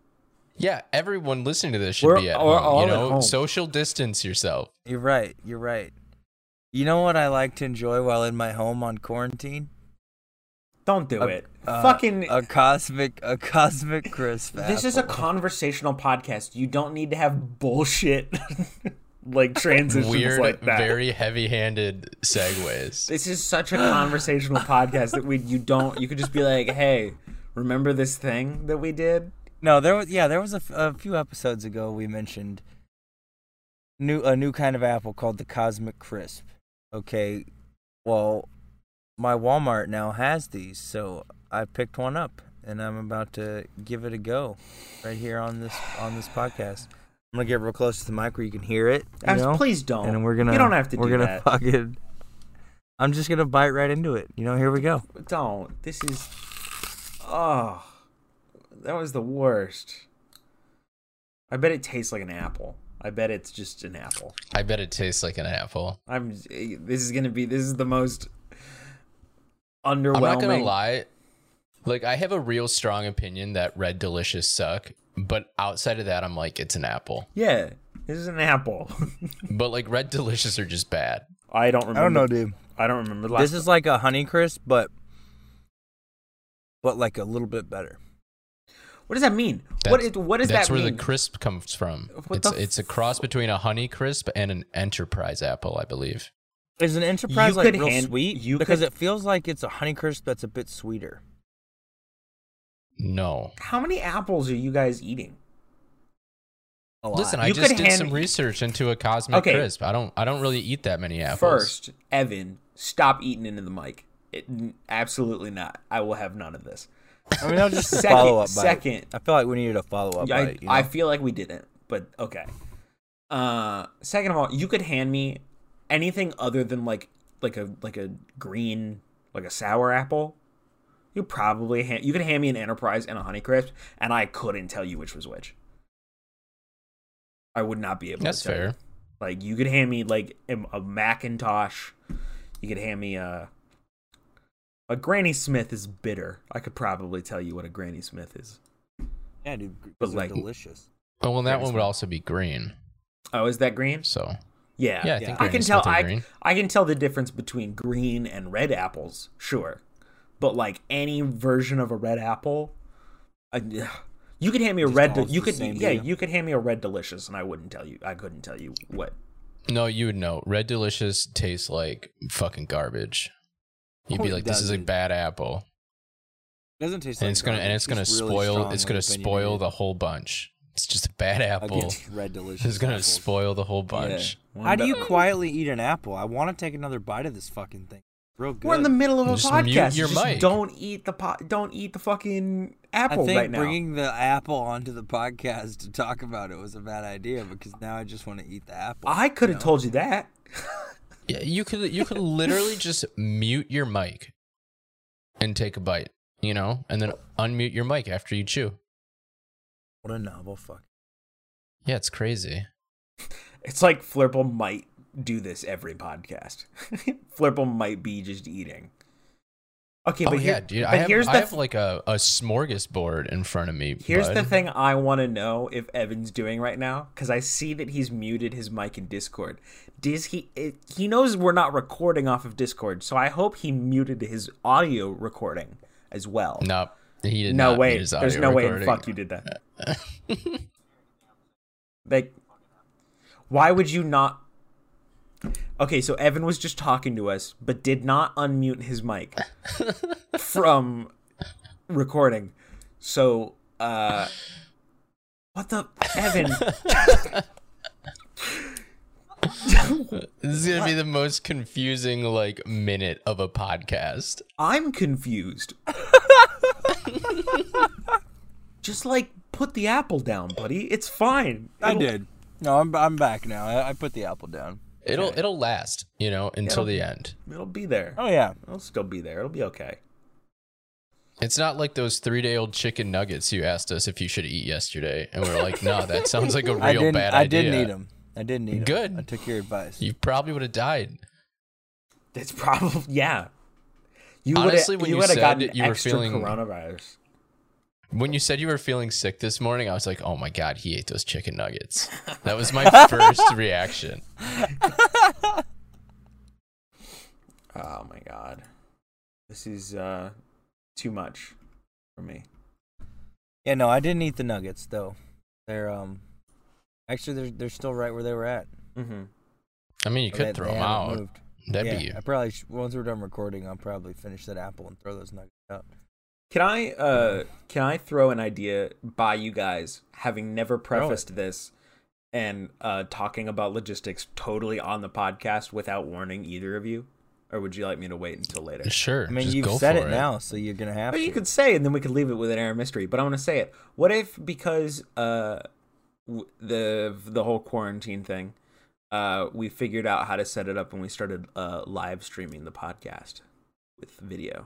Speaker 3: yeah, everyone listening to this should
Speaker 1: We're-
Speaker 3: be at
Speaker 1: we're
Speaker 3: home.
Speaker 1: all
Speaker 3: You
Speaker 1: at
Speaker 3: know,
Speaker 1: home.
Speaker 3: social distance yourself.
Speaker 2: You're right. You're right. You know what I like to enjoy while in my home on quarantine?
Speaker 1: Don't do
Speaker 2: A-
Speaker 1: it.
Speaker 2: uh,
Speaker 1: fucking
Speaker 2: a cosmic a cosmic crisp.
Speaker 1: This is a
Speaker 2: apple.
Speaker 1: conversational podcast. You don't need to have bullshit [LAUGHS] like transitions
Speaker 3: Weird,
Speaker 1: like that.
Speaker 3: very heavy-handed segues.
Speaker 1: This is such a conversational podcast that we you don't you could just be like, hey, remember this thing that we did?
Speaker 2: No, there was yeah, there was a, f- a few episodes ago we mentioned new a new kind of apple called the Cosmic Crisp. Okay, well, my Walmart now has these, so I picked one up and I'm about to give it a go right here on this on this podcast. I'm gonna get real close to the mic where you can hear it. you
Speaker 1: Guys,
Speaker 2: know?
Speaker 1: please don't.
Speaker 2: And we're gonna
Speaker 1: You don't have to
Speaker 2: we're
Speaker 1: do
Speaker 2: gonna
Speaker 1: that.
Speaker 2: fucking. I'm just gonna bite right into it. You know, here we go.
Speaker 1: Don't. This is Oh. That was the worst. I bet it tastes like an apple. I bet it's just an apple.
Speaker 3: I bet it tastes like an apple.
Speaker 1: I'm this is going to be this is the most
Speaker 3: I'm
Speaker 1: underwhelming
Speaker 3: not gonna lie. Like I have a real strong opinion that red delicious suck, but outside of that, I'm like it's an apple.
Speaker 1: Yeah, this is an apple. [LAUGHS]
Speaker 3: But like red delicious are just bad.
Speaker 1: I don't remember.
Speaker 2: dude.
Speaker 1: I don't remember the last.
Speaker 2: This is like a honey crisp, but but like a little bit better.
Speaker 1: what does that mean?
Speaker 3: That's,
Speaker 1: What is what does
Speaker 3: that's
Speaker 1: that
Speaker 3: where
Speaker 1: mean?
Speaker 3: the crisp comes from.
Speaker 1: What
Speaker 3: it's
Speaker 1: the
Speaker 3: it's a cross between a honey crisp and an enterprise apple, I believe.
Speaker 2: Is an enterprise
Speaker 1: You
Speaker 2: like
Speaker 1: could
Speaker 2: real
Speaker 1: hand-
Speaker 2: sweet?
Speaker 1: you
Speaker 2: because
Speaker 1: could-
Speaker 2: it feels like it's a honey crisp that's a bit sweeter.
Speaker 3: No.
Speaker 1: How many apples are you guys eating?
Speaker 2: A lot.
Speaker 3: Listen, I [LAUGHS]
Speaker 1: You
Speaker 3: just
Speaker 1: could
Speaker 3: did
Speaker 1: hand-
Speaker 3: some research into a cosmic
Speaker 1: Okay.
Speaker 3: crisp. I don't I don't really eat that many apples.
Speaker 1: First, Evan, stop eating into the mic. It, n- absolutely not. I will have none of this.
Speaker 2: I mean, I'll
Speaker 3: [LAUGHS]
Speaker 2: just
Speaker 1: Second-
Speaker 2: [LAUGHS] follow up.
Speaker 1: second.
Speaker 2: I feel like we needed a follow up.
Speaker 1: I,
Speaker 2: bite, you know?
Speaker 1: I feel like we didn't, but okay. Uh, second of all, you could hand me anything other than like like a like a green like a sour apple. You probably hand, you could hand me an Enterprise and a Honeycrisp, and I couldn't tell you which was which. I would not be able.
Speaker 3: That's
Speaker 1: to tell you.
Speaker 3: fair.
Speaker 1: Like you could hand me like a, a Macintosh. You could hand me a a Granny Smith is bitter. I could probably tell you what a Granny Smith is.
Speaker 2: yeah, dude,
Speaker 1: but
Speaker 2: those are
Speaker 1: like-
Speaker 2: delicious.
Speaker 3: Oh well that
Speaker 1: Greatest
Speaker 3: one would
Speaker 1: one.
Speaker 3: also be green.
Speaker 1: Oh, is that green?
Speaker 3: So
Speaker 1: Yeah.
Speaker 3: yeah,
Speaker 2: yeah.
Speaker 3: I think
Speaker 1: I
Speaker 3: Granny
Speaker 1: can
Speaker 3: Smith
Speaker 1: tell
Speaker 3: are
Speaker 1: I,
Speaker 3: green.
Speaker 1: I can tell the difference between green and red apples, sure. But like any version of a red apple, I, ugh. you could hand me a
Speaker 2: Just
Speaker 1: red de-
Speaker 2: all
Speaker 1: you
Speaker 2: the
Speaker 1: could
Speaker 2: same to
Speaker 1: yeah,
Speaker 2: you.
Speaker 1: you could hand me a red delicious and I wouldn't tell you I couldn't tell you what.
Speaker 3: No, you would know. Red Delicious tastes like fucking garbage. You'd
Speaker 2: No,
Speaker 3: be
Speaker 2: it
Speaker 3: like, "This is a
Speaker 2: doesn't.
Speaker 3: bad apple,"
Speaker 2: doesn't taste
Speaker 3: and
Speaker 2: like
Speaker 3: it's gonna and
Speaker 2: garbage,
Speaker 3: it's gonna
Speaker 2: just really
Speaker 3: spoil.
Speaker 2: strongly
Speaker 3: It's gonna spoil the
Speaker 2: opinionated
Speaker 3: whole bunch. It's just a bad apple.
Speaker 2: against red delicious.
Speaker 3: [LAUGHS] It's gonna
Speaker 2: apples.
Speaker 3: spoil the whole bunch.
Speaker 1: One
Speaker 2: How do
Speaker 1: be-
Speaker 2: you quietly eat an apple? I want to take another bite of this fucking thing. Real good.
Speaker 1: We're in the middle of a
Speaker 3: Just
Speaker 1: podcast.
Speaker 3: mute your
Speaker 1: Just
Speaker 3: mic.
Speaker 1: Don't eat the pot. Don't eat the fucking
Speaker 2: I
Speaker 1: apple
Speaker 2: think
Speaker 1: right now.
Speaker 2: bringing the apple onto the podcast to talk about it was a bad idea because now I just want to eat the apple.
Speaker 1: I could have told you that.
Speaker 3: Yeah, you could you
Speaker 1: [LAUGHS]
Speaker 3: could literally just mute your mic and take a bite, you know, and then unmute your mic after you chew.
Speaker 2: What a novel fuck.
Speaker 3: Yeah, it's crazy.
Speaker 1: It's like Flurple might do this every podcast. [LAUGHS] Flurple might be just eating. Okay,
Speaker 3: oh
Speaker 1: but, here-
Speaker 3: yeah, dude,
Speaker 1: but
Speaker 3: I have,
Speaker 1: here's
Speaker 3: I
Speaker 1: the
Speaker 3: have like a, a smorgasbord in front of me.
Speaker 1: Here's
Speaker 3: bud.
Speaker 1: the thing I want to know if Evan's doing right now cuz I see that he's muted his mic in Discord. Does he it, he knows we're not recording off of Discord, so I hope he muted his audio recording as well.
Speaker 3: No, he did
Speaker 1: no
Speaker 3: not
Speaker 1: way.
Speaker 3: mute his
Speaker 1: There's
Speaker 3: audio
Speaker 1: no way in
Speaker 3: recording.
Speaker 1: fuck you did that.
Speaker 3: [LAUGHS]
Speaker 1: like why would you not Okay, so Evan was just talking to us but did not unmute his
Speaker 3: [LAUGHS]
Speaker 1: mic from recording. So, uh what the Evan?
Speaker 3: [LAUGHS] This is gonna be the most confusing like minute of a podcast.
Speaker 1: I'm confused. Just like put the apple down, buddy. It's fine.
Speaker 2: I did. No, I'm I'm back now. I, I put the apple down.
Speaker 3: It'll it'll last, you know, until the end.
Speaker 1: It'll be there.
Speaker 2: Oh yeah.
Speaker 1: It'll still be there. It'll be okay.
Speaker 3: It's not like those three day old chicken nuggets you asked us if you should eat yesterday, and we are like, no, that
Speaker 1: [LAUGHS]
Speaker 3: sounds like a real
Speaker 2: I didn't.
Speaker 3: bad
Speaker 2: I
Speaker 3: idea.
Speaker 2: didn't eat them. I didn't eat them.
Speaker 3: Good.
Speaker 2: I took your advice.
Speaker 3: You probably would have died.
Speaker 1: That's [LAUGHS] probably yeah. You
Speaker 3: Honestly, when
Speaker 1: would
Speaker 3: you
Speaker 1: have
Speaker 3: said
Speaker 1: gotten
Speaker 3: that you were
Speaker 1: extra
Speaker 3: feeling-
Speaker 1: coronavirus.
Speaker 3: When you said you were feeling sick this morning, I was like, oh my God, he ate those chicken nuggets. That was
Speaker 2: [LAUGHS]
Speaker 3: my first reaction.
Speaker 1: Oh my god, this is uh too much for me.
Speaker 2: Yeah, no, I didn't eat the nuggets though. They're um, actually they're they're still right where they were at.
Speaker 1: Mm-hmm.
Speaker 3: I mean, you
Speaker 2: They-
Speaker 3: could
Speaker 2: they
Speaker 3: throw them
Speaker 2: haven't
Speaker 3: out.
Speaker 2: moved.
Speaker 3: That'd
Speaker 2: yeah,
Speaker 3: be you.
Speaker 2: I probably sh- once we're done recording, I'll probably finish that apple and throw those nuggets out.
Speaker 1: Can I uh can I throw an idea by you guys having never prefaced this and uh talking about logistics totally on the podcast without warning either of you? Or would you like me to wait until later?
Speaker 3: Sure.
Speaker 2: I mean,
Speaker 3: just
Speaker 2: you've
Speaker 3: go
Speaker 2: said
Speaker 3: for
Speaker 2: it, now, so you're gonna have
Speaker 1: But
Speaker 2: to.
Speaker 1: you could say, and then we could leave it with an air of mystery. But I want to say it. What if because uh, w- the the whole quarantine thing, uh, we figured out how to set it up, and we started uh, live streaming the podcast with video.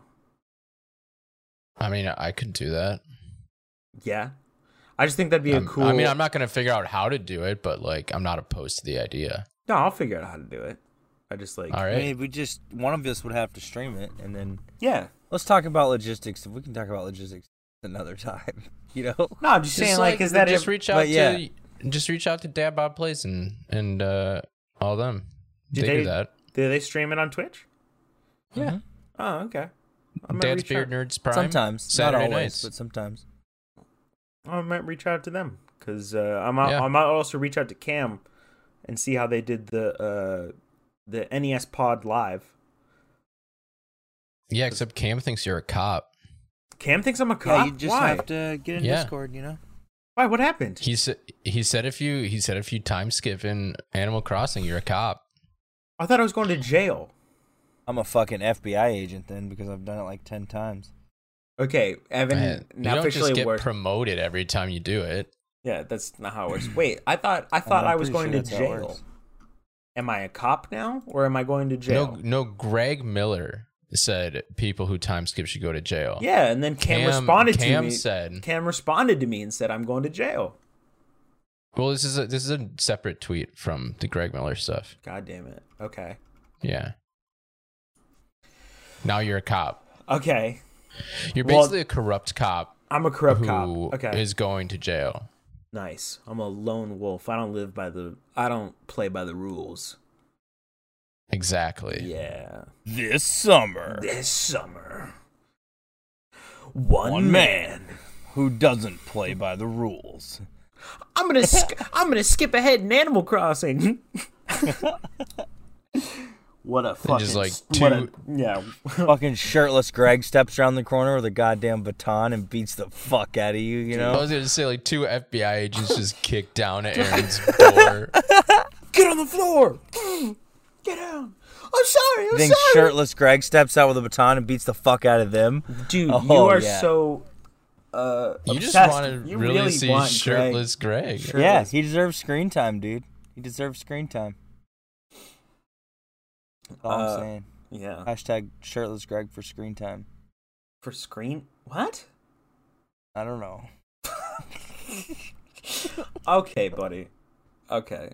Speaker 3: I mean, I could do that.
Speaker 1: Yeah, I just think that'd be a
Speaker 3: I'm-
Speaker 1: cool.
Speaker 3: I mean, I'm not going to figure out how to do it, but like, I'm not opposed to the idea.
Speaker 1: No, I'll figure out how to do it. I just like.
Speaker 3: All
Speaker 2: I
Speaker 3: right.
Speaker 2: mean, we just one of us would have to stream it, and then
Speaker 1: Yeah.
Speaker 2: let's talk about logistics. If we can talk about logistics another [LAUGHS] time, you know.
Speaker 1: No, I'm just, saying. Like, is that
Speaker 3: just
Speaker 1: if-
Speaker 3: reach out
Speaker 2: but yeah.
Speaker 3: to just reach out to Dad Bob Place and and uh, all them.
Speaker 1: Do
Speaker 3: they,
Speaker 1: they-
Speaker 3: do that.
Speaker 1: do they stream it on Twitch?
Speaker 3: Yeah.
Speaker 1: Oh, okay. I might
Speaker 3: Dad's
Speaker 1: reach
Speaker 3: Mm-hmm. Beard
Speaker 1: out.
Speaker 3: Nerds Prime.
Speaker 2: Sometimes,
Speaker 3: Saturday
Speaker 2: not always,
Speaker 3: nights.
Speaker 2: but sometimes.
Speaker 1: I might reach out to them because uh, I might
Speaker 3: Yeah.
Speaker 1: I might also reach out to Cam and see how they did the uh, the NES Pod live.
Speaker 3: yeah, except Cam thinks you're a cop.
Speaker 1: Cam thinks I'm a cop.
Speaker 2: you just
Speaker 1: Why?
Speaker 2: have to get in
Speaker 3: Yeah.
Speaker 2: Discord, you know.
Speaker 1: Why? What happened?
Speaker 3: He said he said if you he said if you time skip in Animal Crossing, you're a cop.
Speaker 1: I thought I was going to jail.
Speaker 2: I'm a fucking FBI agent then because I've done it like ten times.
Speaker 1: Okay, Evan.
Speaker 3: Man, you
Speaker 1: now
Speaker 3: don't just
Speaker 1: officially
Speaker 3: get
Speaker 1: worse.
Speaker 3: promoted every time you do it.
Speaker 1: yeah, that's not how it works. Wait, I thought I thought
Speaker 2: I'm
Speaker 1: I was
Speaker 2: pretty
Speaker 1: going to
Speaker 2: sure that's how it
Speaker 1: jail.
Speaker 2: works.
Speaker 1: Am I a cop now, or am I going to jail?
Speaker 3: No, no. Greg Miller said people who time skip should go to jail.
Speaker 1: Yeah, and then Cam,
Speaker 3: Cam-
Speaker 1: responded
Speaker 3: Cam
Speaker 1: to me.
Speaker 3: said-
Speaker 1: Cam responded to me and said, "I'm going to jail."
Speaker 3: Well, this is a this is a separate tweet from the Greg Miller stuff.
Speaker 1: God damn it. Okay.
Speaker 3: Yeah. Now you're a cop.
Speaker 1: Okay.
Speaker 3: You're
Speaker 1: Well-
Speaker 3: basically a corrupt cop
Speaker 1: I'm a
Speaker 3: who
Speaker 1: corrupt
Speaker 3: is
Speaker 1: cop. Okay.
Speaker 3: going to jail.
Speaker 1: Nice. I'm a lone wolf. I don't live by the. I don't play by the rules.
Speaker 3: Exactly.
Speaker 1: Yeah.
Speaker 2: This summer,
Speaker 1: This summer, one,
Speaker 2: One
Speaker 1: man.
Speaker 2: man. who doesn't play by the rules?
Speaker 1: I'm gonna. Sk- [LAUGHS] I'm gonna skip ahead in Animal Crossing. [LAUGHS] what a fucking.
Speaker 3: just, like,
Speaker 1: s- what a-
Speaker 3: two-
Speaker 1: yeah.
Speaker 2: [LAUGHS]
Speaker 1: [LAUGHS]
Speaker 2: fucking shirtless Greg steps around the corner with a goddamn baton and beats the fuck out of you, you
Speaker 3: I
Speaker 2: know?
Speaker 3: was gonna say like two FBI
Speaker 1: [LAUGHS]
Speaker 3: agents just kicked down at Aaron's door.
Speaker 1: [GASPS] Get on the floor. Get down! I'm sorry. I'm
Speaker 2: Then
Speaker 1: sorry.
Speaker 2: shirtless Greg steps out with a baton and beats the fuck out of them.
Speaker 1: Dude, you
Speaker 2: Oh,
Speaker 1: are
Speaker 2: yeah.
Speaker 1: so. Uh,
Speaker 3: You just
Speaker 1: obsessed.
Speaker 3: want to
Speaker 1: You
Speaker 3: really, see
Speaker 1: want Greg.
Speaker 3: shirtless Greg.
Speaker 1: Sure.
Speaker 2: Yeah, he deserves screen time, dude. He deserves screen time. That's all
Speaker 1: Uh,
Speaker 2: I'm saying.
Speaker 1: Yeah.
Speaker 2: Hashtag shirtless Greg for screen time.
Speaker 1: For screen. What?
Speaker 2: I don't know.
Speaker 1: Okay, buddy. Okay.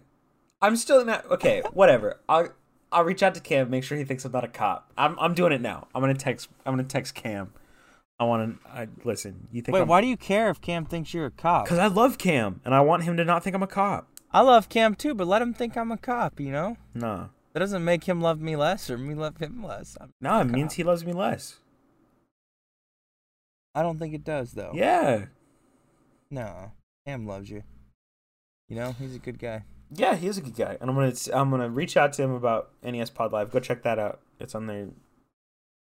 Speaker 1: I'm still not. Okay, whatever. I'll. I'll reach out to Cam, make sure he thinks I'm not a cop. I'm, I'm doing it now. I'm gonna text. I'm gonna text Cam. I want to. I listen. You think?
Speaker 2: Wait,
Speaker 1: I'm,
Speaker 2: why do you care if Cam thinks you're a cop?
Speaker 1: Because I love Cam, and I want him to not think I'm a cop.
Speaker 2: I love Cam too, but let him think I'm a cop, you know?
Speaker 1: No,
Speaker 2: That doesn't make him love me less or me love him less. I'm
Speaker 1: no, it
Speaker 2: a
Speaker 1: means
Speaker 2: cop.
Speaker 1: he loves me less.
Speaker 2: I don't think it does though.
Speaker 1: Yeah,
Speaker 2: No. Cam loves you. You know, he's a good guy.
Speaker 1: yeah, he is a good guy, and I'm gonna I'm gonna reach out to him about NES Pod Live. Go check that out. It's on their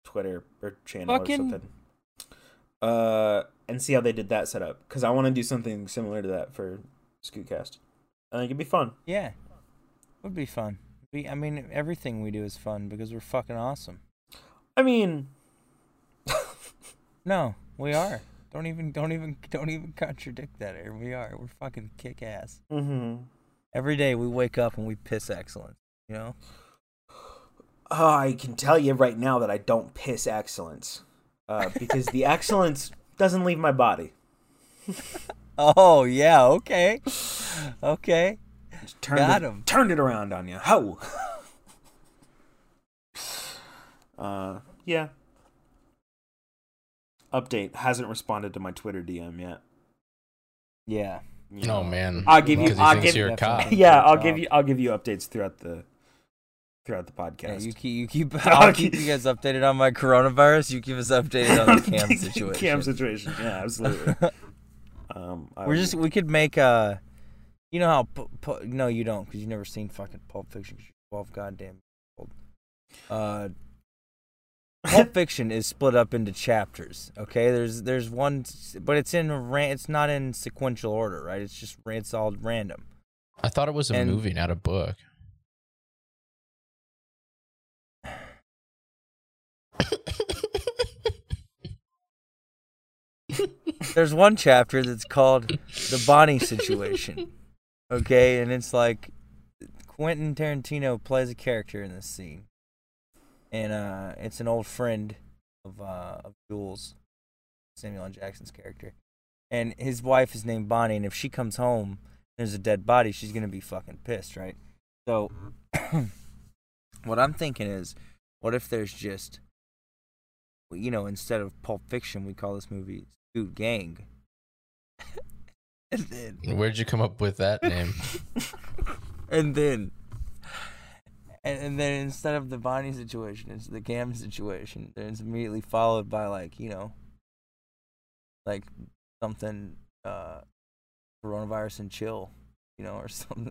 Speaker 1: Twitter or channel
Speaker 2: Fucking-
Speaker 1: or something. Uh, and see how they did that setup because I want to do something similar to that for Scootcast. I think it'd be fun.
Speaker 2: Yeah. Would be fun. We I mean everything we do is fun because we're fucking awesome.
Speaker 1: I mean,
Speaker 2: No, we are. Don't even don't even [LAUGHS] don't even contradict that Aaron. We are. We're fucking kick ass.
Speaker 1: hmm
Speaker 2: Every day we wake up and we piss excellence. You know?
Speaker 1: I can tell you right now that I don't piss excellence uh, because the excellence doesn't leave my body.
Speaker 2: Oh yeah, okay. Okay.
Speaker 1: Just turned
Speaker 2: Got
Speaker 1: it,
Speaker 2: him.
Speaker 1: Turned it around on you. Ho. [LAUGHS] uh, yeah. Update hasn't responded to my Twitter DM yet.
Speaker 2: Yeah.
Speaker 1: You
Speaker 3: Oh
Speaker 1: know. [LAUGHS]
Speaker 3: man.
Speaker 1: I'll give you-
Speaker 3: Because he
Speaker 1: I'll
Speaker 3: thinks
Speaker 1: give-
Speaker 3: you're a cop.
Speaker 1: [LAUGHS]
Speaker 2: Definitely.
Speaker 1: Yeah, I'll give you. I'll give you updates throughout the throughout the
Speaker 2: Yeah,
Speaker 1: podcast.
Speaker 2: you keep you keep [LAUGHS]
Speaker 1: I'll
Speaker 2: I'll keep
Speaker 1: keep-
Speaker 2: you guys updated on my coronavirus. You keep us updated
Speaker 1: [LAUGHS]
Speaker 2: on the cam situation.
Speaker 1: Cam situation. Yeah,
Speaker 2: [LAUGHS]
Speaker 1: absolutely. Um, I
Speaker 2: We're
Speaker 1: will-
Speaker 2: just we could make a, you know how pu- pu- no you don't because you never seen fucking Pulp Fiction. 'cause you're Twelve goddamn years old. Uh, Pulp Fiction is split up into chapters. Okay, there's there's one, s- but it's in ran. It's not in sequential order, right? It's just ra- it's all random.
Speaker 3: I thought it was a
Speaker 2: And-
Speaker 3: movie, not a book.
Speaker 2: There's one chapter that's called the Bonnie situation. Okay, and it's like Quentin Tarantino plays a character in this scene, and uh, it's an old friend of uh, of Jules, Samuel L. Jackson's character, and his wife is named Bonnie, and if she comes home, and there's a dead body, she's gonna be fucking pissed, right? So, [CLEARS THROAT] what I'm thinking is, what if there's just, you know, instead of Pulp Fiction, we call this movie Scoot Gang. [LAUGHS] and then
Speaker 3: Where'd you come up
Speaker 1: [LAUGHS]
Speaker 3: with that name?
Speaker 2: [LAUGHS] and then and, and then instead of the Bonnie situation, it's the Cam situation. Then it's immediately followed by like you know, like something uh, coronavirus and chill, you know, or [LAUGHS] something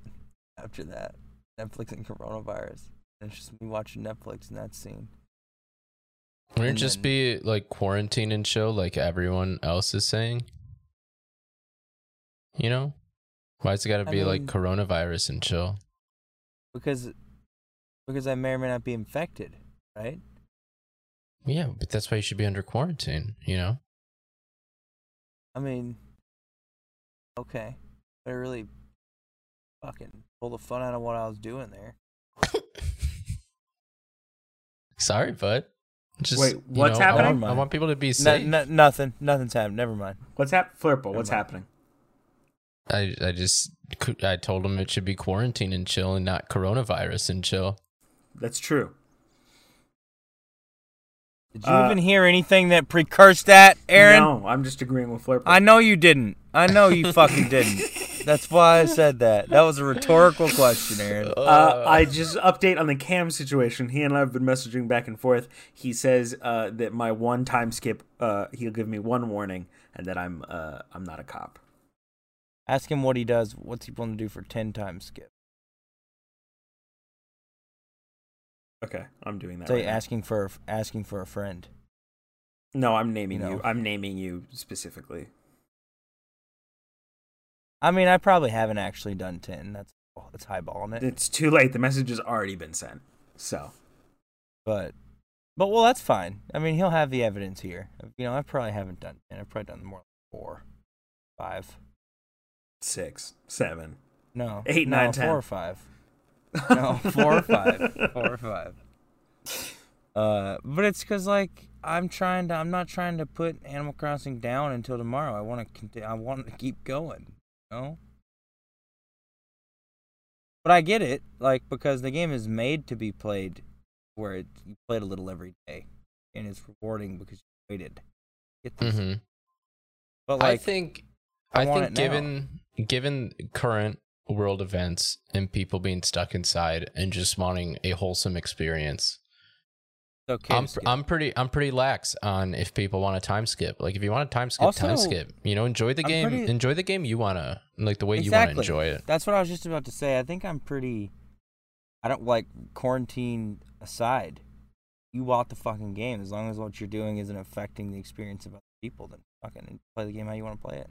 Speaker 2: after that. Netflix and coronavirus. And it's just me watching Netflix in that scene.
Speaker 3: Wouldn't
Speaker 2: And
Speaker 3: it just
Speaker 2: then-
Speaker 3: be like quarantine and chill, like everyone else is saying? You know, why's it got to
Speaker 2: I
Speaker 3: be like
Speaker 2: mean-
Speaker 3: coronavirus and chill?
Speaker 2: Because because I may or may not be infected, right?
Speaker 3: Yeah, but that's why you should be under quarantine. You know,
Speaker 2: I mean okay. But it really fucking pulled the fun out of what I was doing there.
Speaker 3: sorry, bud. Just
Speaker 1: Wait,
Speaker 3: you
Speaker 1: what's
Speaker 3: know, I want-
Speaker 2: happening?
Speaker 3: I want, people to be
Speaker 2: No,
Speaker 3: safe.
Speaker 2: no, nothing. Nothing's happened. Never mind.
Speaker 1: What's hap Flurple, what's
Speaker 2: Never mind.
Speaker 1: happening?
Speaker 3: I I just cou- I told him it should be quarantine and chill and not coronavirus and chill.
Speaker 1: That's true.
Speaker 2: Did you
Speaker 1: Uh,
Speaker 2: even hear anything that precursed that, Aaron?
Speaker 1: No, I'm just agreeing with Flurple.
Speaker 2: I know you didn't. I know you fucking didn't. [LAUGHS] That's why I said that. That was a rhetorical question, Aaron.
Speaker 1: Uh, I just update on the cam situation. He and I have been messaging back and forth. He says uh, that my one time skip, uh, he'll give me one warning, and that I'm uh, I'm not a cop.
Speaker 2: Ask him what he does. What's he willing to do for ten times skip?
Speaker 1: Okay, I'm doing that.
Speaker 2: Say
Speaker 1: right now.
Speaker 2: asking for a- asking for a friend.
Speaker 1: No, I'm naming
Speaker 2: you know.
Speaker 1: you. I'm naming you specifically.
Speaker 2: I mean, I probably haven't actually done ten. That's that's highballing it.
Speaker 1: It's too late. The message has already been sent. So
Speaker 2: But but well, that's fine. I mean, he'll have the evidence here. You know, I probably haven't done and I've probably done more like four, five.
Speaker 1: six, seven.
Speaker 2: No,
Speaker 1: Eight,
Speaker 2: no,
Speaker 1: nine,
Speaker 2: four
Speaker 1: ten.
Speaker 2: or five. [LAUGHS] No, four or five, four or five. Uh, but it's because like I'm trying to, I'm not trying to put Animal Crossing down until tomorrow. I want to, conti- I want to keep going. You know. But I get it, like because the game is made to be played, where it, you play it a little every day, and it's rewarding because you waited. Get this.
Speaker 3: hmm
Speaker 2: But like,
Speaker 3: I think
Speaker 2: I
Speaker 3: I,
Speaker 2: want
Speaker 3: think
Speaker 2: it now.
Speaker 3: given given current world events and people being stuck inside and just wanting a wholesome experience,
Speaker 2: it's okay. to
Speaker 3: I'm
Speaker 2: skip.
Speaker 3: I'm pretty I'm pretty lax on if people want to time skip. Like if you want to time skip, time
Speaker 2: Also,
Speaker 3: skip. You know, enjoy the
Speaker 2: I'm
Speaker 3: game.
Speaker 2: pretty-
Speaker 3: Enjoy the game you wanna like the way you wanna enjoy it.
Speaker 2: That's what I was just about to say. I think I'm pretty. I don't like quarantine aside. You out the fucking game as long as what you're doing isn't affecting the experience of other people. Then fucking play the game how you want to play it.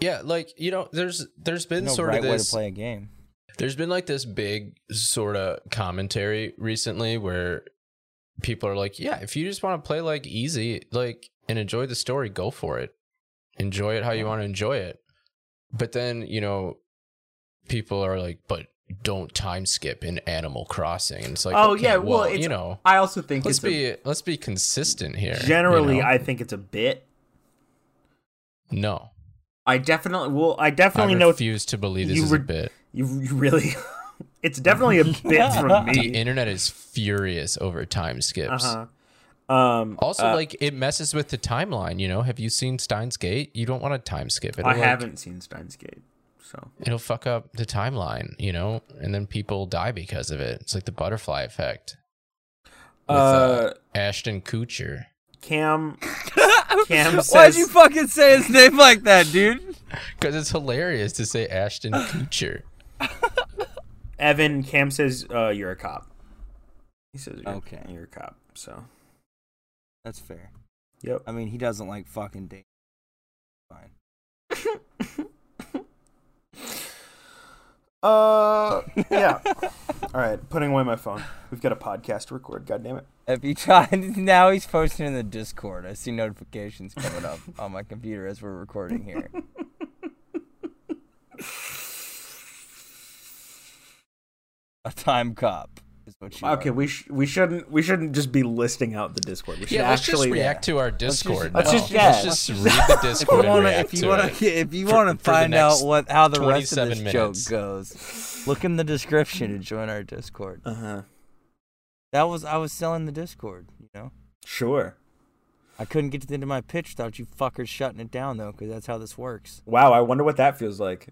Speaker 3: Yeah, like you know, there's
Speaker 2: There's
Speaker 3: there's been
Speaker 2: no
Speaker 3: sort
Speaker 2: right
Speaker 3: of
Speaker 2: way to
Speaker 3: this
Speaker 2: play a game.
Speaker 3: There's been like this big sort of commentary recently where people are like, yeah, if you just want to play like easy, like and enjoy the story, go for it. Enjoy it how you want to enjoy it. But then, you know, people are like, but don't time skip in Animal Crossing. And it's like,
Speaker 1: oh
Speaker 3: okay,
Speaker 1: yeah, well, it's,
Speaker 3: you know,
Speaker 1: I also think
Speaker 3: let's
Speaker 1: it's a-
Speaker 3: be let's be consistent here. you
Speaker 1: generally.
Speaker 3: know?
Speaker 1: I think it's a bit.
Speaker 3: no,
Speaker 1: I definitely well, I
Speaker 3: I
Speaker 1: definitely know
Speaker 3: refuse to believe this
Speaker 1: you
Speaker 3: is
Speaker 1: re- [LAUGHS]
Speaker 3: a bit.
Speaker 1: you, you really. [LAUGHS] it's definitely a bit
Speaker 3: [LAUGHS]
Speaker 1: from
Speaker 3: The
Speaker 1: me.
Speaker 3: internet is furious over time skips.
Speaker 1: Uh huh. Um,
Speaker 3: Also,
Speaker 1: uh,
Speaker 3: like it messes with the timeline. You know, have you seen Steins Gate? You don't want to time skip it.
Speaker 1: I
Speaker 3: It'll, like,
Speaker 1: haven't seen Steins Gate, so
Speaker 3: It'll fuck up the timeline. You know, and then people die because of it. It's like the butterfly effect. With, uh,
Speaker 1: Uh,
Speaker 3: Ashton Kutcher. [LAUGHS]
Speaker 1: Cam Cam
Speaker 2: [LAUGHS] Why'd
Speaker 1: says
Speaker 2: you fucking say his name like that,
Speaker 3: [LAUGHS]
Speaker 2: dude?
Speaker 3: Because it's hilarious to
Speaker 1: [SIGHS]
Speaker 3: say Ashton Kutcher.
Speaker 1: Evan. Cam says uh, you're a cop. He says you're,
Speaker 2: Okay.
Speaker 1: you're a cop. So
Speaker 2: That's fair.
Speaker 1: yep.
Speaker 2: I mean, he doesn't like fucking date. Fine.
Speaker 1: Uh,
Speaker 2: [LAUGHS]
Speaker 1: yeah. All right, putting away my phone. We've got a podcast to record. God damn it.
Speaker 2: If you try, [LAUGHS] now he's posting in the Discord. I see notifications coming up on my computer as we're recording here. A time cop is what you
Speaker 1: Okay,
Speaker 2: are.
Speaker 1: we sh- we shouldn't we shouldn't just be listing out the Discord. We should
Speaker 3: Yeah, let's
Speaker 1: actually
Speaker 3: just react to our Discord.
Speaker 1: Let's
Speaker 3: now.
Speaker 1: just-
Speaker 3: Let's
Speaker 1: yeah. [LAUGHS]
Speaker 3: just read the Discord and
Speaker 2: wanna,
Speaker 3: react
Speaker 2: if you
Speaker 3: to
Speaker 2: wanna,
Speaker 3: it.
Speaker 2: if you
Speaker 3: For-
Speaker 2: wanna
Speaker 3: for the
Speaker 2: find out
Speaker 3: next
Speaker 2: what how the rest of
Speaker 3: 27
Speaker 2: this
Speaker 3: minutes.
Speaker 2: joke goes, look in the description and join our Discord.
Speaker 1: Uh huh.
Speaker 2: That was I was selling the Discord, you know.
Speaker 1: Sure.
Speaker 2: I couldn't get to the end of my pitch without you fuckers shutting it down though, because that's how this works.
Speaker 1: Wow, I wonder what that feels like.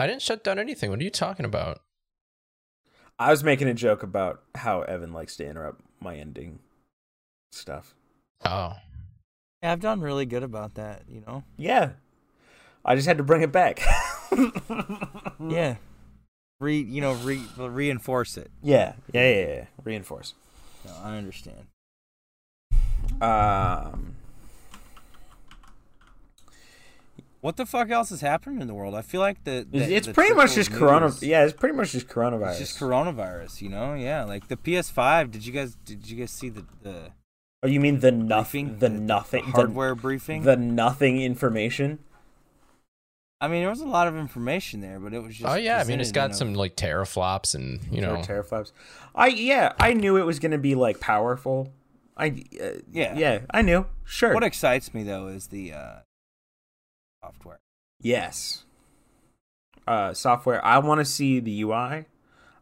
Speaker 3: I didn't shut down anything. What are you talking about?
Speaker 1: I was making a joke about how Evan likes to interrupt my ending stuff.
Speaker 3: Oh,
Speaker 2: Yeah, I've done really good about that, you know.
Speaker 1: Yeah. I just had to bring it back. [LAUGHS] Mm.
Speaker 2: Yeah. Re you know, re reinforce it.
Speaker 1: yeah. Yeah, yeah, yeah, yeah. Reinforce.
Speaker 2: No, I understand.
Speaker 1: Um
Speaker 2: What the fuck else is happening in the world? I feel like the, the-
Speaker 1: it's, it's
Speaker 2: the
Speaker 1: pretty much
Speaker 2: trickle of
Speaker 1: just corona
Speaker 2: news-
Speaker 1: yeah, it's pretty much just coronavirus.
Speaker 2: It's just coronavirus, you know? Yeah, like the PS5. Did you guys did you guys see the the
Speaker 1: oh, you mean the nothing
Speaker 2: briefing?
Speaker 1: the nothing
Speaker 2: hardware
Speaker 1: the,
Speaker 2: briefing?
Speaker 1: the nothing information?
Speaker 2: I mean, there was a lot of information there, but it was just
Speaker 3: oh yeah. I mean, it's
Speaker 2: presented
Speaker 3: got
Speaker 2: in a-
Speaker 3: some like teraflops and you
Speaker 1: Or
Speaker 3: know.
Speaker 1: teraflops. I yeah, I knew it was gonna be like powerful. I uh,
Speaker 2: Yeah.
Speaker 1: yeah, I knew. Sure.
Speaker 2: What excites me though is the uh software.
Speaker 1: yes. Uh, software. I want to see the UI.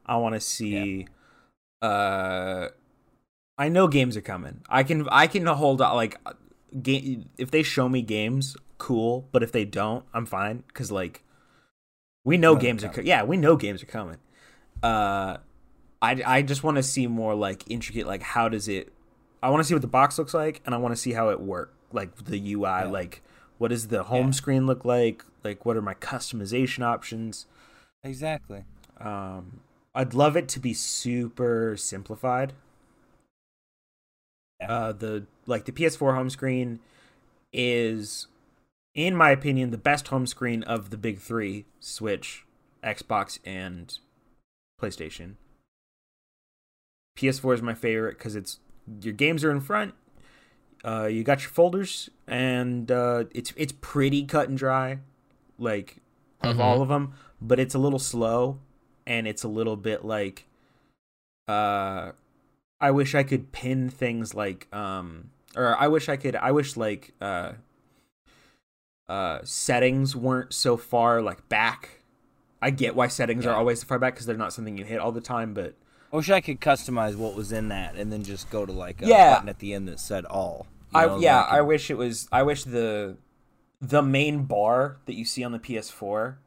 Speaker 1: I want to see. Uh, I know games are coming. I can I can hold out like game if they show me games, cool. But if they don't, I'm fine because like we know
Speaker 2: Know they're
Speaker 1: games are co-
Speaker 2: coming.
Speaker 1: yeah we know games are coming. Uh, I I just want to see more like intricate like how does it I want to see what the box looks like, and I want to see how it work, like the UI, like what does the home
Speaker 2: Yeah.
Speaker 1: screen look like, like what are my customization options.
Speaker 2: Exactly.
Speaker 1: Um, I'd love it to be super simplified.
Speaker 2: Yeah.
Speaker 1: Uh, the like the PS4 home screen is, in my opinion, the best home screen of the big three: Switch, Xbox, and PlayStation. PS4 is my favorite because it's your games are in front. Uh, you got your folders, and uh, it's it's pretty cut and dry, like of
Speaker 3: Mhm.
Speaker 1: all of them. But it's a little slow, and it's a little bit like, uh, I wish I could pin things like, um, or I wish I could, I wish like, uh, uh, settings weren't so far like back. I get why settings are
Speaker 2: Yeah.
Speaker 1: always so far back because they're not something you hit all the time, but
Speaker 2: I wish I could customize what was in that and then just go to like a
Speaker 1: Yeah.
Speaker 2: button at the end that said all. you
Speaker 1: I
Speaker 2: know,
Speaker 1: yeah,
Speaker 2: like,
Speaker 1: I wish it was. I wish the the main bar that you see on the PS4.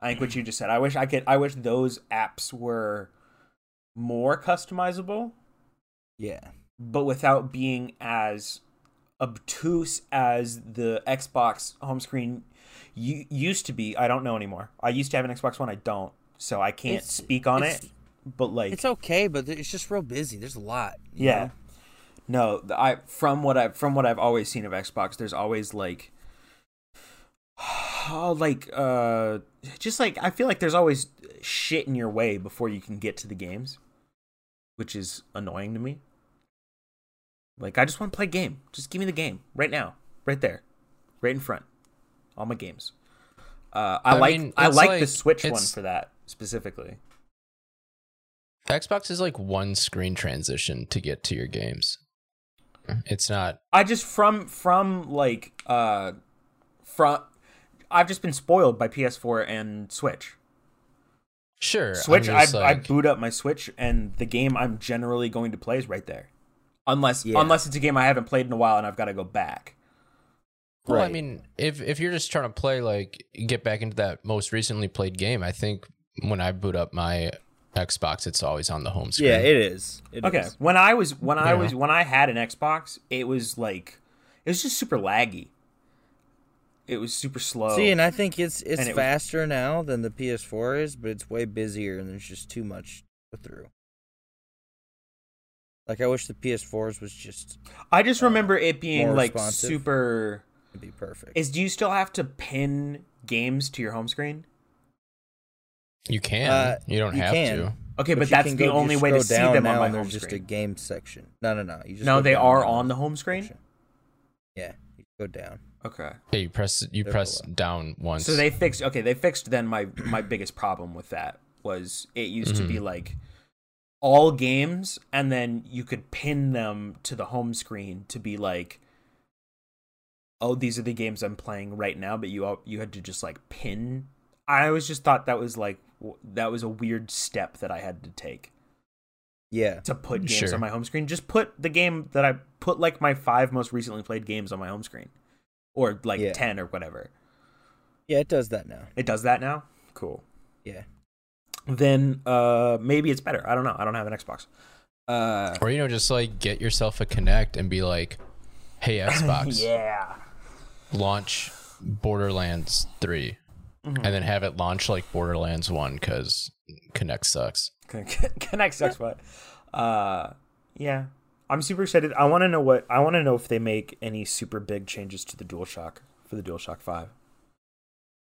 Speaker 1: I think
Speaker 2: [CLEARS THROAT]
Speaker 1: what you just said. I wish I could. I wish those apps were more customizable,
Speaker 2: yeah.
Speaker 1: but without being as obtuse as the Xbox home screen u- used to be. I don't know anymore. I used to have an Xbox One. I don't, so I can't
Speaker 2: It's-
Speaker 1: speak on
Speaker 2: it's-
Speaker 1: it. But like,
Speaker 2: It's okay, but it's just real busy. There's a lot. you
Speaker 1: Yeah.
Speaker 2: know?
Speaker 1: No, th- I from what I from what I've always seen of Xbox, there's always like [SIGHS] oh, like uh just like I feel like there's always shit in your way before you can get to the games, which is annoying to me. Like I just want to play game. Just give me the game right now, right there, right in front. All my games. Uh, I,
Speaker 3: I
Speaker 1: like
Speaker 3: mean,
Speaker 1: I
Speaker 3: it's
Speaker 1: like, the
Speaker 3: like-
Speaker 1: Switch one
Speaker 3: it's-
Speaker 1: for that specifically.
Speaker 3: Xbox is like one screen transition to get to your games. It's not.
Speaker 1: I just from from like uh from I've just been spoiled by PS4 and Switch.
Speaker 3: Sure. I'm
Speaker 1: Switch, I,
Speaker 3: just
Speaker 1: I
Speaker 3: like-
Speaker 1: boot up my Switch and the game I'm generally going to play is right there, unless
Speaker 2: Yeah.
Speaker 1: unless it's a game I haven't played in a while and I've got to go back.
Speaker 3: Well, I
Speaker 2: Right.
Speaker 3: mean, if if you're just trying to play like get back into that most recently played game, I think when I boot up my Xbox, it's always on the home screen.
Speaker 2: Yeah, it is. It
Speaker 1: Okay,
Speaker 2: is.
Speaker 1: when I was when I
Speaker 3: Yeah.
Speaker 1: was when I had an Xbox, it was like it was just super laggy. It was super slow.
Speaker 2: See, and I think it's it's
Speaker 1: And it was-
Speaker 2: faster now than the PS4 is, but it's way busier and there's just too much to go through. Like I wish the PS4s was just
Speaker 1: I just remember it being
Speaker 2: more
Speaker 1: like
Speaker 2: responsive.
Speaker 1: super.
Speaker 2: to be perfect.
Speaker 1: Is do you still have to pin games to your home screen?
Speaker 3: you can.
Speaker 2: Uh,
Speaker 3: you don't
Speaker 2: you
Speaker 3: have
Speaker 2: can.
Speaker 3: to.
Speaker 1: Okay, but,
Speaker 2: you
Speaker 1: that's
Speaker 2: can
Speaker 1: the
Speaker 2: go- you
Speaker 1: only way to see
Speaker 2: scroll down
Speaker 1: them
Speaker 2: now
Speaker 1: on my
Speaker 2: and
Speaker 1: home
Speaker 2: there's just a
Speaker 1: screen.
Speaker 2: game section. No, no, no. You just
Speaker 1: No,
Speaker 2: go
Speaker 1: they
Speaker 2: down
Speaker 1: are
Speaker 2: now
Speaker 1: on
Speaker 2: and
Speaker 1: the
Speaker 2: there's
Speaker 1: home
Speaker 2: a
Speaker 1: screen.
Speaker 2: section. Yeah, you go down.
Speaker 1: Okay,
Speaker 3: Yeah, you press you
Speaker 2: They're
Speaker 3: press
Speaker 2: below.
Speaker 3: down once.
Speaker 1: so they fixed. Okay, they fixed. Then my my biggest problem with that was it used
Speaker 3: Mm-hmm.
Speaker 1: to be like all games, and then you could pin them to the home screen to be like, oh, these are the games I'm playing right now. But you all, you had to just like pin. I always just thought that was like w- that was a weird step that I had to take.
Speaker 2: Yeah.
Speaker 1: to put games
Speaker 3: Sure.
Speaker 1: on my home screen. Just put the game that I put like my five most recently played games on my home screen, or like
Speaker 2: Yeah.
Speaker 1: ten or whatever.
Speaker 2: Yeah, it does that now.
Speaker 1: It does that now. Cool.
Speaker 2: Yeah.
Speaker 1: Then uh, maybe it's better. I don't know. I don't have an Xbox. Uh,
Speaker 3: or you know, just like get yourself a Connect and be like,
Speaker 2: [LAUGHS]
Speaker 3: "Hey Xbox,
Speaker 1: yeah.
Speaker 3: launch Borderlands 3
Speaker 2: Mm-hmm.
Speaker 3: and then have it launch like Borderlands One because Connect sucks.
Speaker 1: Connect sucks, but uh, yeah. I'm super excited. I want to know what I want to know if they make any super big changes to the DualShock for the DualShock Five.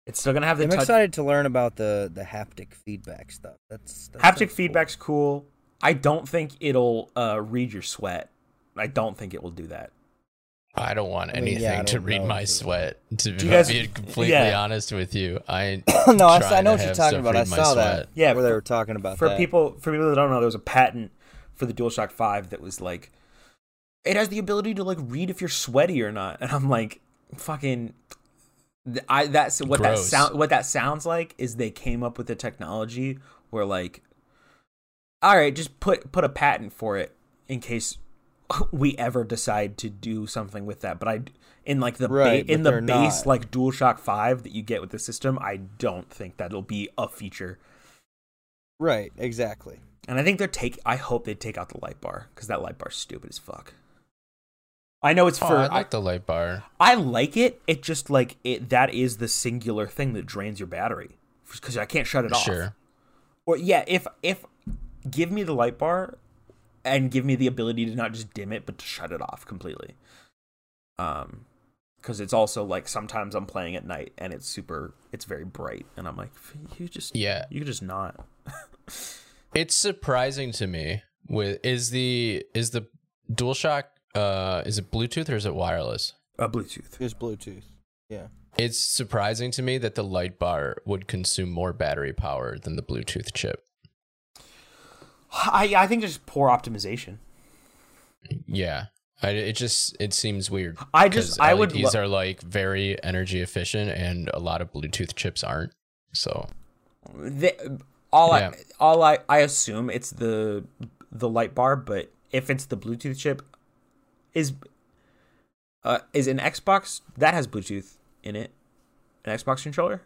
Speaker 1: It's still gonna have the
Speaker 2: I'm
Speaker 1: touch.
Speaker 2: excited to learn about the the haptic feedback stuff. That's, that's
Speaker 1: haptic
Speaker 2: [LAUGHS]
Speaker 1: feedback's cool. I don't think it'll uh, read your sweat. I don't think it will do that.
Speaker 3: I don't want
Speaker 2: I mean, yeah,
Speaker 3: anything
Speaker 2: I
Speaker 3: to
Speaker 2: don't
Speaker 3: read
Speaker 2: know
Speaker 3: my
Speaker 2: if it-
Speaker 3: sweat. To be,
Speaker 1: you guys-
Speaker 3: completely
Speaker 1: yeah.
Speaker 3: honest with you, I
Speaker 2: [COUGHS] no, I, s- I
Speaker 3: trying
Speaker 2: know
Speaker 3: to
Speaker 2: what you're talking
Speaker 3: have stuff
Speaker 2: about. I
Speaker 3: read my
Speaker 2: saw
Speaker 3: sweat.
Speaker 2: that.
Speaker 1: Yeah,
Speaker 2: where they
Speaker 1: for-
Speaker 2: were talking about
Speaker 1: for
Speaker 2: that.
Speaker 1: people for people that don't know, there was a patent for the DualShock Five that was like, it has the ability to like read if you're sweaty or not. And I'm like, fucking, th- I that's what that
Speaker 3: Gross.
Speaker 1: sound what that sounds like is they came up with a technology where like, all right, just put put a patent for it in case we ever decide to do something with that. But I in like the
Speaker 2: Right,
Speaker 1: ba- in
Speaker 2: but
Speaker 1: the
Speaker 2: they're
Speaker 1: base
Speaker 2: not.
Speaker 1: like DualShock Five that you get with the system, I don't think that'll be a feature.
Speaker 2: right? Exactly.
Speaker 1: And I think they're take. I hope they take out the light bar because that light bar's stupid as fuck. I know it's
Speaker 3: Oh,
Speaker 1: for.
Speaker 3: I
Speaker 1: I,
Speaker 3: like the light bar.
Speaker 1: I like it. It just like it. That is the singular thing that drains your battery because I can't shut it off.
Speaker 3: Sure.
Speaker 1: Or yeah, if if give me the light bar and give me the ability to not just dim it but to shut it off completely. Um, because it's also like sometimes I'm playing at night and it's super. It's very bright and I'm like, you just
Speaker 3: Yeah.
Speaker 1: you could just not.
Speaker 3: It's surprising to me with is the is the DualShock uh is it Bluetooth or is it wireless?
Speaker 1: Uh, Bluetooth.
Speaker 2: There's Bluetooth. Yeah.
Speaker 3: It's surprising to me that the light bar would consume more battery power than the Bluetooth chip.
Speaker 1: I I think there's poor optimization.
Speaker 3: Yeah. I, it just it seems weird.
Speaker 1: I just-
Speaker 3: 'cause
Speaker 1: I would
Speaker 3: LEDs
Speaker 1: lo-
Speaker 3: are like very energy efficient, and a lot of Bluetooth chips aren't. So
Speaker 1: The, all
Speaker 3: Yeah.
Speaker 1: I all I I assume it's the the light bar, but if it's the Bluetooth chip, is uh is an Xbox that has Bluetooth in it, an Xbox controller?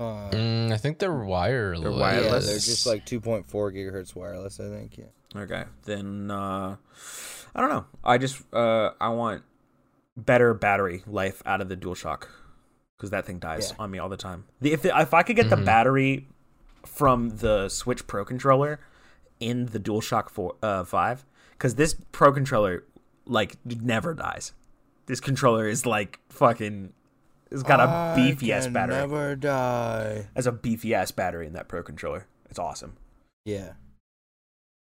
Speaker 2: Uh,
Speaker 3: mm, I think they're wireless.
Speaker 1: wireless.
Speaker 2: Yeah, they're just like 2.4 gigahertz wireless, I think. Yeah.
Speaker 1: Okay, then uh, I don't know. I just uh, I want better battery life out of the DualShock because that thing dies
Speaker 2: Yeah.
Speaker 1: on me all the time. The, if if I could get the battery from the Switch Pro controller in the DualShock four, uh, Five, because this Pro controller like never dies. This controller is like fucking. It's got a beefy ass battery.
Speaker 2: Never die.
Speaker 1: That's a beefy ass battery in that Pro controller. It's awesome.
Speaker 2: Yeah.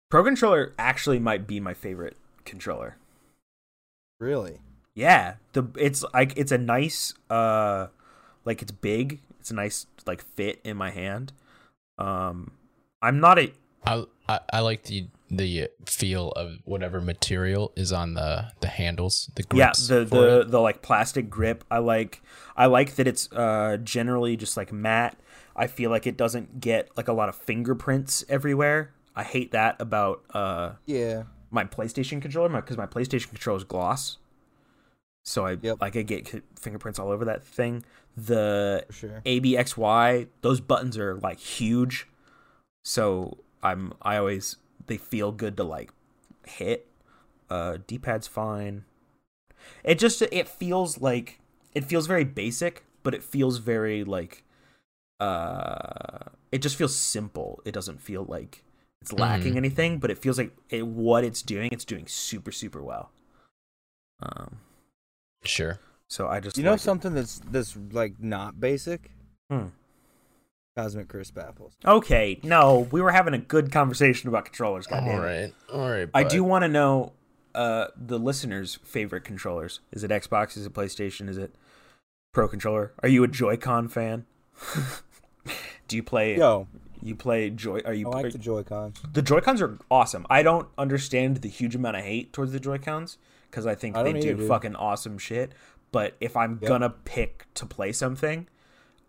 Speaker 1: Pro controller actually might be my favorite controller.
Speaker 2: Really?
Speaker 1: Yeah, the it's like it's a nice uh like it's big. It's a nice like fit in my hand. Um I'm not a
Speaker 3: I, I I like the the feel of whatever material is on the the handles, the
Speaker 1: yeah,
Speaker 3: grips.
Speaker 1: the
Speaker 3: for
Speaker 1: the,
Speaker 3: it.
Speaker 1: the like plastic grip. I like I like that it's uh generally just like matte. I feel like it doesn't get like a lot of fingerprints everywhere. I hate that about uh
Speaker 2: Yeah.
Speaker 1: my PlayStation controller because my, PlayStation controller is gloss. So I
Speaker 2: Yep.
Speaker 1: like I get c- fingerprints all over that thing. The
Speaker 2: For sure.
Speaker 1: ABXY, those buttons are like huge. So I'm I always they feel good to like hit. Uh D-pad's fine. It just it feels like it feels very basic, but it feels very like uh it just feels simple. It doesn't feel like it's lacking
Speaker 3: Mhm.
Speaker 1: anything, but it feels like it what it's doing, it's doing super super well. Um
Speaker 3: sure.
Speaker 1: so I just
Speaker 2: You know
Speaker 1: like it.
Speaker 2: something that's that's like not basic?
Speaker 1: Hmm.
Speaker 2: Cosmic Crisp apples.
Speaker 1: Okay, no, we were having a good conversation about controllers. Goddamn.
Speaker 3: All
Speaker 1: it.
Speaker 3: right, all right.
Speaker 1: I
Speaker 3: bud.
Speaker 1: do want to know uh, the listeners' favorite controllers. Is it Xbox? Is it PlayStation? Is it Pro controller? Are you a Joy-Con fan? [LAUGHS] do you play?
Speaker 2: Yo,
Speaker 1: You play Joy? Are you?
Speaker 2: Oh, I
Speaker 1: are-
Speaker 2: like the Joy Cons.
Speaker 1: the Joy Cons are awesome. I don't understand the huge amount of hate towards the Joy Cons because I think
Speaker 2: I
Speaker 1: they
Speaker 2: don't
Speaker 1: do
Speaker 2: either, dude.
Speaker 1: fucking awesome shit. But if I'm gonna pick to play something,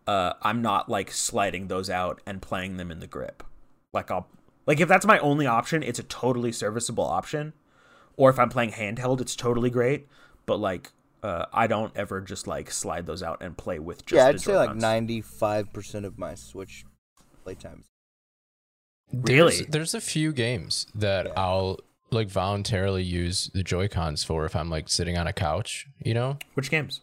Speaker 1: uh, I'm not like sliding those out and playing them in the grip. Like I'll like if that's my only option, it's a totally serviceable option. Or if I'm playing handheld, it's totally great. But like, uh, I don't ever just like slide those out and play with just.
Speaker 2: yeah,
Speaker 1: the
Speaker 2: I'd say like
Speaker 1: Joy-Cons.
Speaker 2: ninety-five percent of my Switch playtime.
Speaker 3: There's-
Speaker 1: Really?
Speaker 3: There's, a few games that
Speaker 2: Yeah.
Speaker 3: I'll like voluntarily use the Joy Cons for if I'm like sitting on a couch. You know,
Speaker 1: Which games?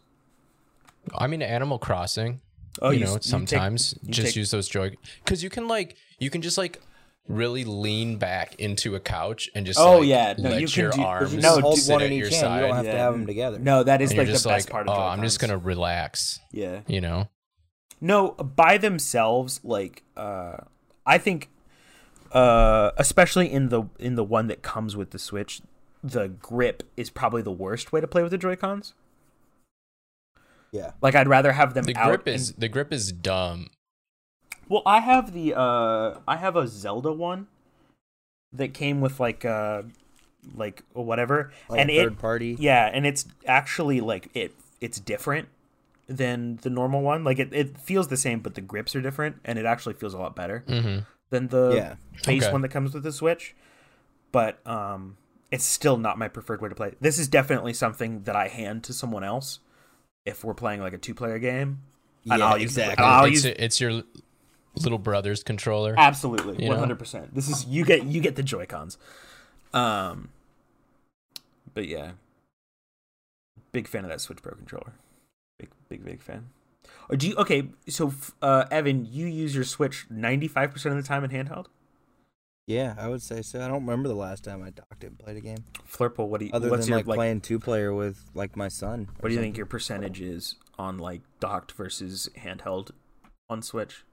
Speaker 3: I mean Animal Crossing.
Speaker 1: Oh,
Speaker 3: you,
Speaker 1: you s-
Speaker 3: know,
Speaker 1: you take-
Speaker 3: sometimes
Speaker 1: you
Speaker 3: just
Speaker 1: take-
Speaker 3: use those Joy because you can like you can just like really lean back into a couch and just
Speaker 1: Oh,
Speaker 3: like,
Speaker 1: yeah. No,
Speaker 3: let
Speaker 1: you can
Speaker 3: your
Speaker 1: do- 'cause you
Speaker 3: arms
Speaker 1: just No,
Speaker 2: hold
Speaker 3: sit
Speaker 2: one
Speaker 3: at
Speaker 2: in
Speaker 3: your
Speaker 2: each hand.
Speaker 3: side.
Speaker 2: You don't have
Speaker 1: Yeah.
Speaker 2: to have them together.
Speaker 1: No, that is
Speaker 3: and
Speaker 1: like the
Speaker 3: you're just
Speaker 1: best
Speaker 3: like,
Speaker 1: part
Speaker 3: oh,
Speaker 1: of Joy-Cons.
Speaker 3: I'm just gonna relax.
Speaker 1: Yeah.
Speaker 3: You know,
Speaker 1: [LAUGHS] No, by themselves, like uh, I think, uh, especially in the in the one that comes with the Switch, the grip is probably the worst way to play with the Joy Cons.
Speaker 2: Yeah.
Speaker 1: Like I'd rather have them
Speaker 3: the
Speaker 1: out.
Speaker 3: grip
Speaker 1: and-
Speaker 3: is the grip is dumb.
Speaker 1: well, I have the uh, I have a Zelda one that came with like uh, like whatever,
Speaker 2: Like
Speaker 1: and
Speaker 2: a
Speaker 1: it
Speaker 2: third party.
Speaker 1: Yeah, and it's actually like it it's different than the normal one. Like it, it feels the same, but the grips are different and it actually feels a lot better
Speaker 3: hmm
Speaker 1: than the
Speaker 2: Yeah.
Speaker 1: base
Speaker 3: Okay.
Speaker 1: one that comes with the Switch. But um it's still not my preferred way to play. This is definitely something that I hand to someone else if we're playing like a two player game. And
Speaker 2: Yeah,
Speaker 1: I'll use-
Speaker 2: exactly.
Speaker 1: Oh, I'll
Speaker 3: it's,
Speaker 1: use- Ah.
Speaker 3: it's your little brother's controller.
Speaker 1: Absolutely.
Speaker 3: You know?
Speaker 1: One hundred percent. This is you get you get the Joy Cons. Um But yeah. Big fan of that Switch Pro controller. Big big big fan. Or do you okay, so f- uh Evan, you use your Switch ninety five percent of the time in handheld?
Speaker 2: Yeah, I would say so. I don't remember the last time I docked it and played a game,
Speaker 1: Flurple, what do you
Speaker 2: other
Speaker 1: what's
Speaker 2: than
Speaker 1: your
Speaker 2: like, playing two player with like my son.
Speaker 1: What do you think your percentage is on like docked versus handheld on Switch?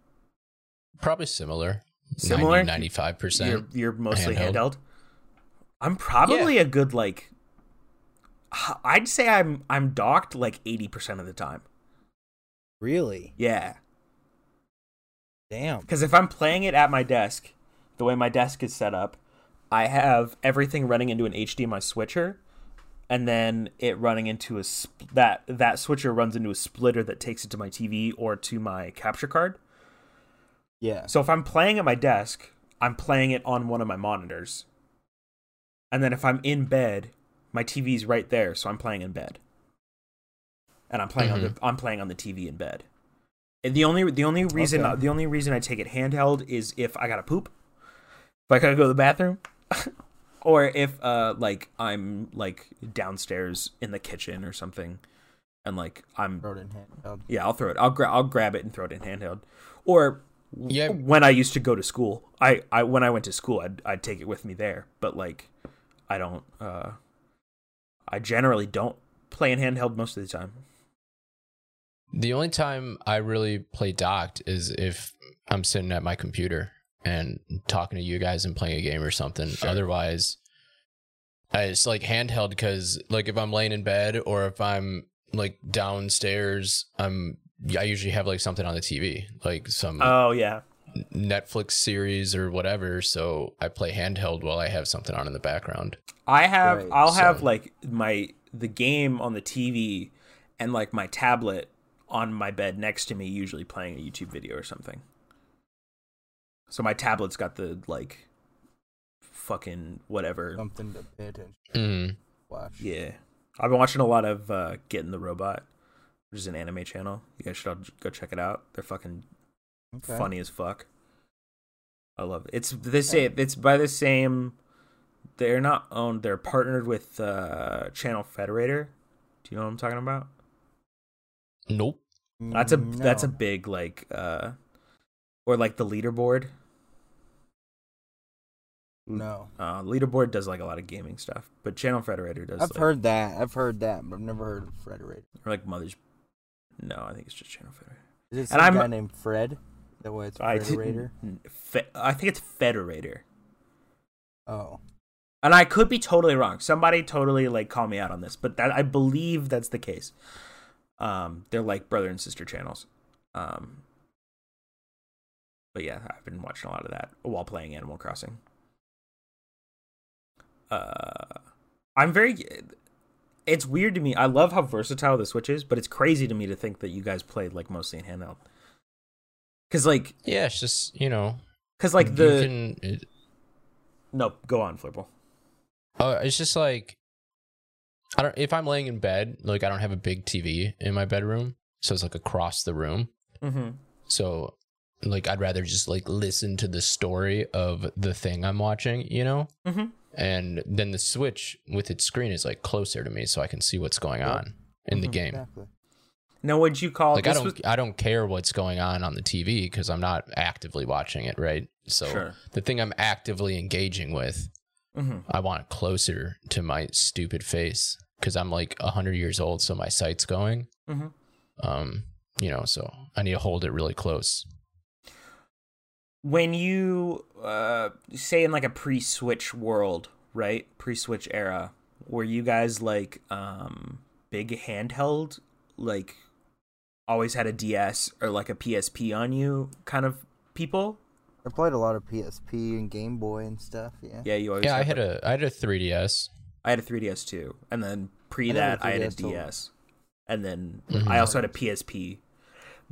Speaker 3: Probably similar.
Speaker 1: Similar?
Speaker 3: 95
Speaker 1: You're
Speaker 3: percent.
Speaker 1: you're mostly handheld.
Speaker 3: Handheld.
Speaker 1: I'm probably a good like. I'd say I'm I'm docked like eighty percent of the time.
Speaker 2: Really?
Speaker 1: Yeah,
Speaker 2: Damn.
Speaker 1: because if I'm playing it at my desk, the way my desk is set up, I have everything running into an HDMI switcher, and then it running into a sp- that that switcher runs into a splitter that takes it to my TV or to my capture card.
Speaker 2: Yeah.
Speaker 1: So if I'm playing at my desk, I'm playing it on one of my monitors. And then if I'm in bed, my TV's right there, so I'm playing in bed. And I'm playing on
Speaker 3: Mhm.
Speaker 2: Mm-hmm.
Speaker 1: the I'm playing on the TV in bed. And the only the only reason
Speaker 2: Okay.
Speaker 1: the only reason I take it handheld is if I gotta poop, if I gotta go to the bathroom, [LAUGHS] or if uh like I'm like downstairs in the kitchen or something, and like I'm
Speaker 2: Wrote in handheld.
Speaker 1: yeah, I'll throw it. I'll grab. I'll grab it and throw it in handheld. Or w-
Speaker 3: Yeah.
Speaker 1: when I used to go to school, I, I when I went to school, I'd I'd take it with me there. But like, I don't. uh I generally don't play in handheld most of the time.
Speaker 3: The only time I really play docked is if I'm sitting at my computer and talking to you guys and playing a game or something. Otherwise, I, it's like handheld because, like, if I'm laying in bed or if I'm like downstairs, I'm I usually have like something on the TV, like some
Speaker 1: Oh yeah,
Speaker 3: Netflix series or whatever. So I play handheld while I have something on in the background.
Speaker 1: I have.
Speaker 2: Right,
Speaker 1: I'll have
Speaker 3: so-
Speaker 1: like my the game on the TV and like my tablet on my bed next to me, usually playing a YouTube video or something. So my tablet's got the like fucking whatever
Speaker 2: Something to pay attention.
Speaker 1: Mm-hmm.
Speaker 3: Mm.
Speaker 2: to Watch.
Speaker 1: Yeah. I've been watching a lot of uh Getting the Robot, which is an anime channel. You guys should all j- go check it out. They're fucking
Speaker 2: Okay.
Speaker 1: funny as fuck. I love it. It's they say it's by the same they're not owned, they're partnered with uh Channel Federator. Do you know what I'm talking about?
Speaker 3: Nope.
Speaker 1: That's a that's a
Speaker 2: Mm, No.
Speaker 1: big like uh or like the leaderboard.
Speaker 2: no.
Speaker 1: Uh leaderboard does like a lot of gaming stuff, but Channel Federator does
Speaker 2: I've
Speaker 1: like,
Speaker 2: heard that. I've heard that, but I've never heard of Frederator.
Speaker 1: or like Mother's No, I think it's just Channel Federator.
Speaker 2: Is it
Speaker 1: And
Speaker 2: some
Speaker 1: I'm-
Speaker 2: guy named Fred? Is that why it's
Speaker 1: I
Speaker 2: Frederator?
Speaker 1: didn't- Fe- I think it's Federator.
Speaker 2: Oh,
Speaker 1: And I could be totally wrong. Somebody totally like call me out on this, but that I believe that's the case. Um, they're like brother and sister channels. Um, but yeah, I've been watching a lot of that while playing Animal Crossing. Uh, I'm very. It's weird to me. I love how versatile the Switch is, but it's crazy to me to think that you guys played like mostly in handheld. Cause like,
Speaker 3: Yeah, it's just you know,
Speaker 1: cause like
Speaker 3: you
Speaker 1: the
Speaker 3: can- it-
Speaker 1: no, go on, Flipple.
Speaker 3: Oh, it's just like I don't. If I'm laying in bed, like I don't have a big TV in my bedroom, so it's like across the room.
Speaker 1: Mm-hmm.
Speaker 3: So, like, I'd rather just like listen to the story of the thing I'm watching, you know.
Speaker 1: Mhm.
Speaker 3: And then the Switch with its screen is like closer to me, so I can see what's going
Speaker 2: Yeah.
Speaker 3: on in the
Speaker 1: Mhm.
Speaker 3: game.
Speaker 2: exactly.
Speaker 1: Now, would you call
Speaker 3: Like, I
Speaker 1: this
Speaker 3: don't,
Speaker 1: was-
Speaker 3: I don't care what's going on on the TV because I'm not actively watching it, right? So
Speaker 1: Sure.
Speaker 3: the thing I'm actively engaging with
Speaker 1: Mhm.
Speaker 3: I want it closer to my stupid face because I'm like 100 years old, so my sight's going.
Speaker 1: Mhm.
Speaker 3: Um, you know, so I need to hold it really close.
Speaker 1: when you uh, say in like a pre-switch world right pre-switch era were you guys like um big handheld like always had a ds or like a psp on you kind of people
Speaker 2: I played a lot of PSP and Game Boy and stuff. Yeah.
Speaker 1: yeah you always
Speaker 3: Yeah, I
Speaker 1: had
Speaker 3: had
Speaker 1: like-
Speaker 3: a I had a 3ds.
Speaker 1: I had a 3ds too and then pre
Speaker 2: I had a
Speaker 1: that i had a
Speaker 2: 3DS too.
Speaker 1: ds and then
Speaker 3: Mhm.
Speaker 1: i also had a psp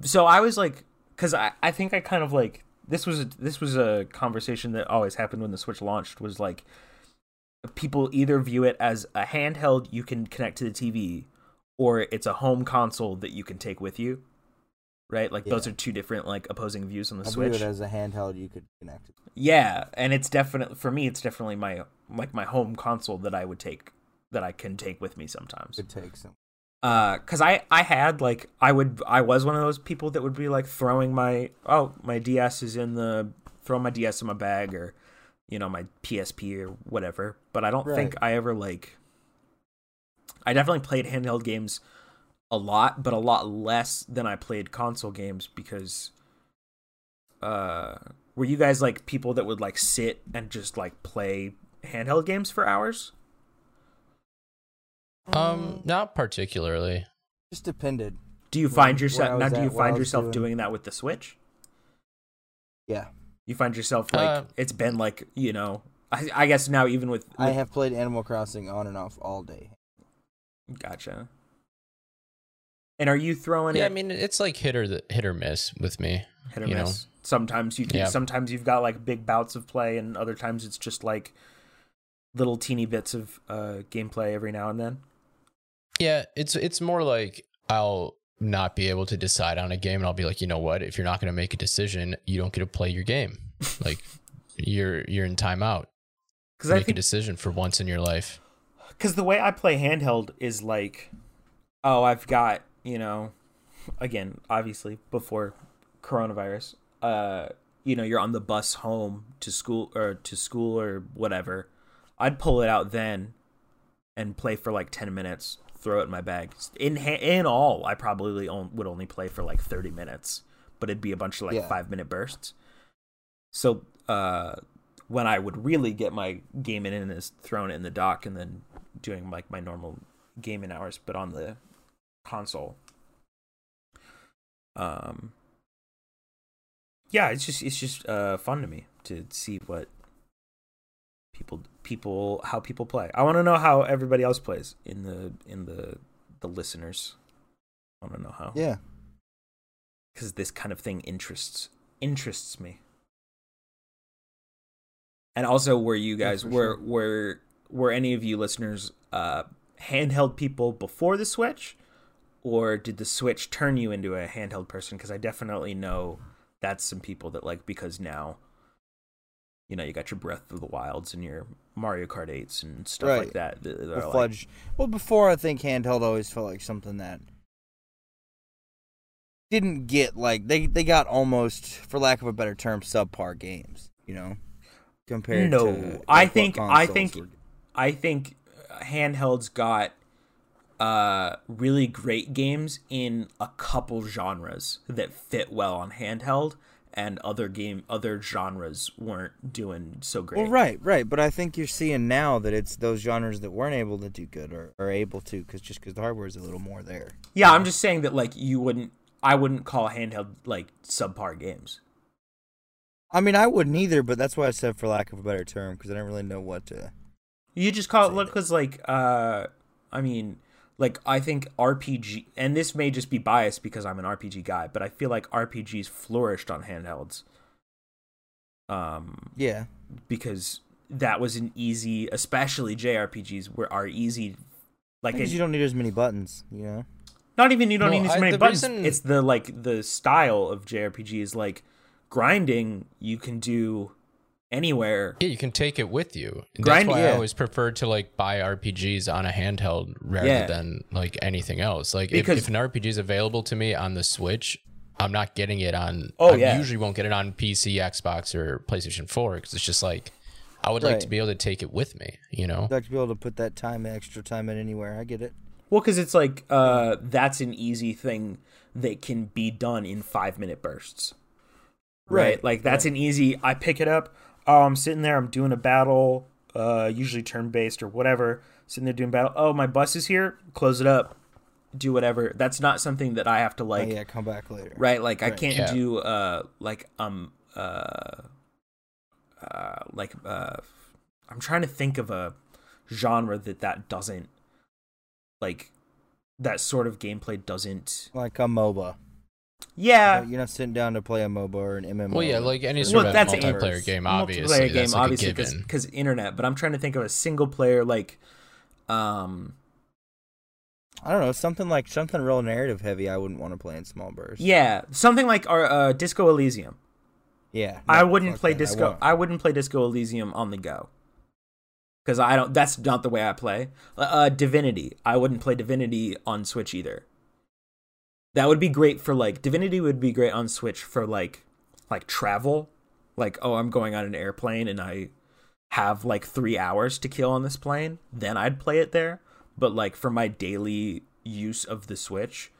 Speaker 1: so i was like because I, I think i kind of like this was a, this was a conversation that always happened when the switch launched was like people either view it as a handheld you can connect to the tv or it's a home console that you can take with you right like those are
Speaker 2: Yeah.
Speaker 1: two different like opposing views on the
Speaker 2: I
Speaker 1: switch
Speaker 2: believe it as a handheld you could connect it.
Speaker 1: yeah, and it's definitely for me. It's definitely my like my home console that I would take that I can take with me sometimes.
Speaker 2: Could take some.
Speaker 1: Uh, cause I I had like I would I was one of those people that would be like throwing my oh my DS is in the throw my DS in my bag or you know my PSP or whatever. But I don't think I ever like. I definitely played handheld games a lot, but a lot less than I played console games because uh were you guys like people that would like sit and just like play handheld games for hours?
Speaker 3: Um, not particularly.
Speaker 2: Just depended.
Speaker 1: Do you
Speaker 2: Where-
Speaker 1: find
Speaker 2: where I
Speaker 1: yourself now?
Speaker 2: was
Speaker 1: Do
Speaker 2: at,
Speaker 1: you
Speaker 2: what I
Speaker 1: find
Speaker 2: was
Speaker 1: yourself
Speaker 2: doing.
Speaker 1: doing that with the Switch?
Speaker 2: Yeah,
Speaker 1: You find yourself like
Speaker 3: Uh,
Speaker 1: it's been like you know. I, I guess now even with,
Speaker 2: I
Speaker 1: with-
Speaker 2: have played Animal Crossing on and off all day.
Speaker 1: gotcha. And are you throwing
Speaker 3: Yeah, I
Speaker 1: it
Speaker 3: mean it's like hit or the, hit or miss with me.
Speaker 1: hit or
Speaker 3: you know.
Speaker 1: miss? Sometimes you do,
Speaker 3: Yeah.
Speaker 1: sometimes you've got like big bouts of play, and other times it's just like little teeny bits of uh, gameplay every now and then.
Speaker 3: Yeah, it's it's more like I'll not be able to decide on a game, and I'll be like, you know what? If you're not going to make a decision, you don't get to play
Speaker 1: [LAUGHS]
Speaker 3: your game. Like you're you're in timeout.
Speaker 1: Because I
Speaker 3: Make a
Speaker 1: think
Speaker 3: decision for once in your life.
Speaker 1: because the way I play handheld is like, oh, I've got you know, again, obviously before coronavirus, uh, you know, you're on the bus home to school or to school or whatever. I'd pull it out then, and play for like ten minutes, throw it in my bag. In ha- in all, I probably on- would only play for like thirty minutes, but it'd be a bunch of like
Speaker 2: Yeah.
Speaker 1: five minute bursts. So, uh, when I would really get my gaming in is thrown in the dock and then doing like my normal gaming hours, but on the console. Um, yeah, it's just it's just uh, fun to me to see what people people how people play. I want to know how everybody else plays in the in the the listeners. I want to know how
Speaker 2: Yeah,
Speaker 1: because this kind of thing interests interests me. And also, were you
Speaker 2: Yeah,
Speaker 1: guys
Speaker 2: for
Speaker 1: were
Speaker 2: sure.
Speaker 1: were were any of you listeners uh, handheld people before the Switch, or did the Switch turn you into a handheld person? Because I definitely know that's some people that like because now, you know, you got your Breath of the Wilds and your Mario Kart eights and stuff like
Speaker 2: Right.
Speaker 1: that. that are
Speaker 2: the
Speaker 1: like-
Speaker 2: fudge. Well, before I think handheld always felt like something that didn't get like they they got almost, for lack of a better term, subpar games. You know, compared
Speaker 1: No,
Speaker 2: to like,
Speaker 1: I
Speaker 2: what
Speaker 1: think- I
Speaker 2: consoles
Speaker 1: think-
Speaker 2: were-
Speaker 1: I think uh, handhelds got uh really great games in a couple genres that fit well on handheld and other game other genres weren't doing so great.
Speaker 2: Well, right, right, but I think you're seeing now that it's those genres that weren't able to do good are, are able to because just because the hardware is a little more there.
Speaker 1: Yeah, I'm just saying that like you wouldn't I wouldn't call handheld like subpar games.
Speaker 2: I mean, I wouldn't either, but that's why I said for lack of a better term because I don't really know what to.
Speaker 1: You just call it
Speaker 2: Say
Speaker 1: look
Speaker 2: that.
Speaker 1: because like uh I mean like I think RPG and this may just be biased because I'm an RPG guy, but I feel like RPGs flourished on handhelds. Um
Speaker 2: Yeah,
Speaker 1: because that was an easy, especially JRPGs were are easy. Like
Speaker 2: because
Speaker 1: it-
Speaker 2: you don't need as many buttons, you know.
Speaker 1: not even you don't
Speaker 3: Well,
Speaker 1: need as
Speaker 3: I-
Speaker 1: many
Speaker 3: the
Speaker 1: buttons.
Speaker 3: reason-
Speaker 1: It's the like the style of JRPG is like grinding. You can do anywhere.
Speaker 3: Yeah, you can take it with you.
Speaker 1: Grind-
Speaker 3: That's why
Speaker 2: yeah.
Speaker 3: I always prefer to like buy RPGs on a handheld rather
Speaker 1: Yeah.
Speaker 3: than like anything else. Like
Speaker 1: Because-
Speaker 3: if, if an RPG is available to me on the Switch, I'm not getting it on.
Speaker 1: Oh,
Speaker 3: I
Speaker 1: yeah.
Speaker 3: usually won't get it on PC, Xbox, or PlayStation 4 because it's just like I would like
Speaker 2: Right.
Speaker 3: to be able to take it with me. You know,
Speaker 2: I'd like to be able to put that time, extra time in anywhere. I get it. Oh,
Speaker 1: Well, because it's like uh, that's an easy thing that can be done in five minute bursts. Right.
Speaker 2: Right,
Speaker 1: Like that's an easy. I pick it up. Oh, I'm sitting there. I'm doing a battle. Uh, usually turn based or whatever. Sitting there doing battle. Oh, my bus is here. Close it up. Do whatever. That's not something that I have to like.
Speaker 2: oh, yeah, come back later.
Speaker 1: Right. Like I
Speaker 2: Right.
Speaker 1: can't
Speaker 3: Yeah.
Speaker 1: do uh like um uh uh like uh I'm trying to think of a genre that that doesn't like that sort of gameplay doesn't.
Speaker 2: Like a MOBA.
Speaker 1: Yeah.
Speaker 2: You're not sitting down to play a MOBA or an MMO.
Speaker 3: well, yeah, like any
Speaker 2: Well,
Speaker 3: sort of
Speaker 2: that's a-
Speaker 3: multiplayer game, obviously,
Speaker 1: Multiplayer
Speaker 3: that's
Speaker 1: game,
Speaker 3: like
Speaker 1: obviously,
Speaker 3: a
Speaker 1: because
Speaker 3: given.
Speaker 1: internet. But I'm trying to think of a single player like, um,
Speaker 2: I don't know something like something real narrative heavy. I wouldn't want to play in small bursts.
Speaker 1: yeah, something like our uh, Disco Elysium.
Speaker 2: yeah.
Speaker 1: I
Speaker 2: no,
Speaker 1: wouldn't
Speaker 2: fuck
Speaker 1: play
Speaker 2: that, I
Speaker 1: Disco.
Speaker 2: won't.
Speaker 1: I, wouldn't play Disco Elysium on the go. Because I don't. That's not the way I play. Uh, Divinity. I wouldn't play Divinity on Switch either. That would be great for like Divinity would be great on Switch for like like travel. Like oh, I'm going on an airplane and I have like three hours to kill on this plane. Then I'd play it there. But like for my daily use of the Switch,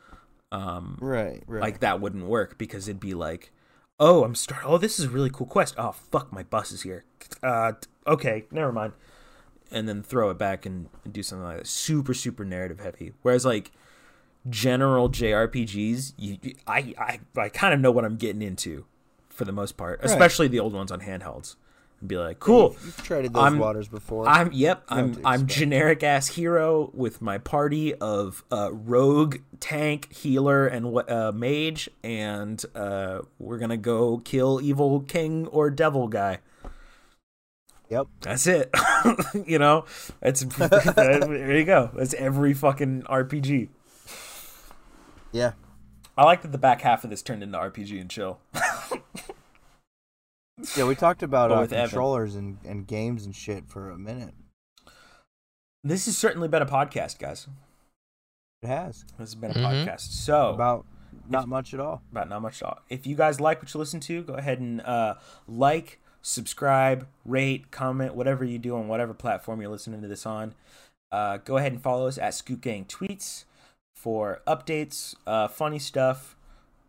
Speaker 1: um,
Speaker 2: Right, right.
Speaker 1: like that wouldn't work because it'd be like oh, I'm start. Oh, this is a really cool quest. Oh, fuck, my bus is here. Uh, okay, never mind. And then throw it back and, and do something like that. Super, super narrative heavy. Whereas like general JRPGs, you, you- I, I, I kind of know what I'm getting into for the most part, especially the old ones on handhelds. And be like, cool.
Speaker 2: You've treaded those
Speaker 1: I'm-
Speaker 2: waters before.
Speaker 1: I'm yep.
Speaker 2: know
Speaker 1: I'm
Speaker 2: what to
Speaker 1: I'm
Speaker 2: expect.
Speaker 1: generic ass hero with my party of uh, rogue tank healer and what uh, mage, and uh, we're gonna go kill evil king or devil guy.
Speaker 2: Yep.
Speaker 1: That's it. [LAUGHS] you know, that's [LAUGHS] there you go. That's every fucking RPG.
Speaker 2: Yeah.
Speaker 1: I like that the back half of this turned into RPG and chill.
Speaker 2: Yeah, we talked about
Speaker 1: But
Speaker 2: uh,
Speaker 1: with Evan.
Speaker 2: controllers and, and games and shit for a minute.
Speaker 1: This has certainly been a podcast, guys.
Speaker 2: It has.
Speaker 1: This has been a
Speaker 3: Mhm.
Speaker 1: podcast. So
Speaker 2: About not much at all.
Speaker 1: about not much at all. If you guys like what you listen to, go ahead and uh, like, subscribe, rate, comment, whatever you do on whatever platform you're listening to this on. Uh, go ahead and follow us at Scoop Gang Tweets for updates, uh, funny stuff.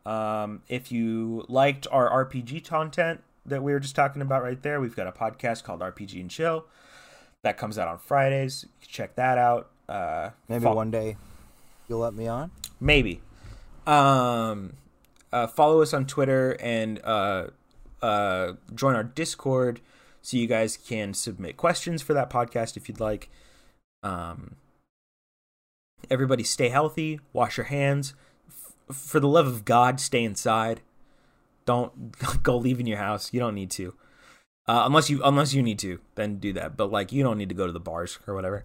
Speaker 1: Um, if you liked our RPG content that we were just talking about right there, we've got a podcast called RPG and Chill that comes out on Fridays. You can check that out. Uh,
Speaker 2: Maybe
Speaker 1: fo-
Speaker 2: one day you'll let me on.
Speaker 1: maybe um uh, follow us on twitter and uh uh join our discord so you guys can submit questions for that podcast if you'd like um everybody stay healthy wash your hands F- for the love of god stay inside don't [LAUGHS] go leave in your house you don't need to uh, unless you unless you need to then do that but like you don't need to go to the bars or whatever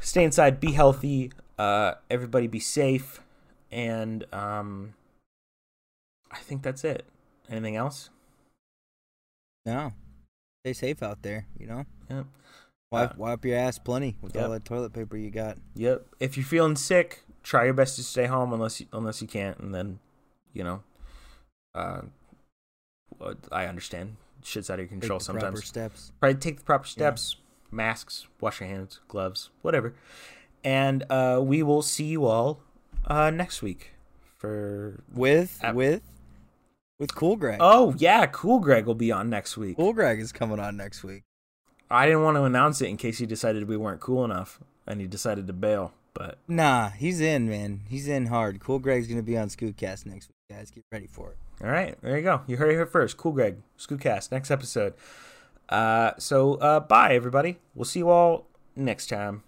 Speaker 1: stay inside, be healthy, uh, everybody be safe, and um, I think that's it. Anything else?
Speaker 2: No. Stay safe out there, you know?
Speaker 1: Yep.
Speaker 2: Wipe,
Speaker 1: Uh,
Speaker 2: wipe your ass plenty with all
Speaker 1: yep.
Speaker 2: that toilet paper you got.
Speaker 1: Yep. If you're feeling sick, try your best to stay home unless you, unless you can't, and then you know, uh, well, I understand shit's out of your
Speaker 2: Take
Speaker 1: control
Speaker 2: the
Speaker 1: sometimes.
Speaker 2: Proper steps.
Speaker 1: Probably take the proper steps, masks, wash your hands, gloves, whatever, and uh, we will see you all uh, next week for
Speaker 2: With,
Speaker 1: Uh,
Speaker 2: with, with Cool Greg.
Speaker 1: Oh yeah, Cool Greg will be on next week.
Speaker 2: cool Greg is coming on next week.
Speaker 1: I didn't want to announce it in case he decided we weren't cool enough and he decided to bail, but
Speaker 2: Nah, he's in, man. He's in hard. Cool Greg's going to be on Scootcast next week, guys. Get ready for it.
Speaker 1: all right, there you go. You heard it here first. Cool Greg, Scootcast, next episode. Uh so uh bye everybody. We'll see you all next time.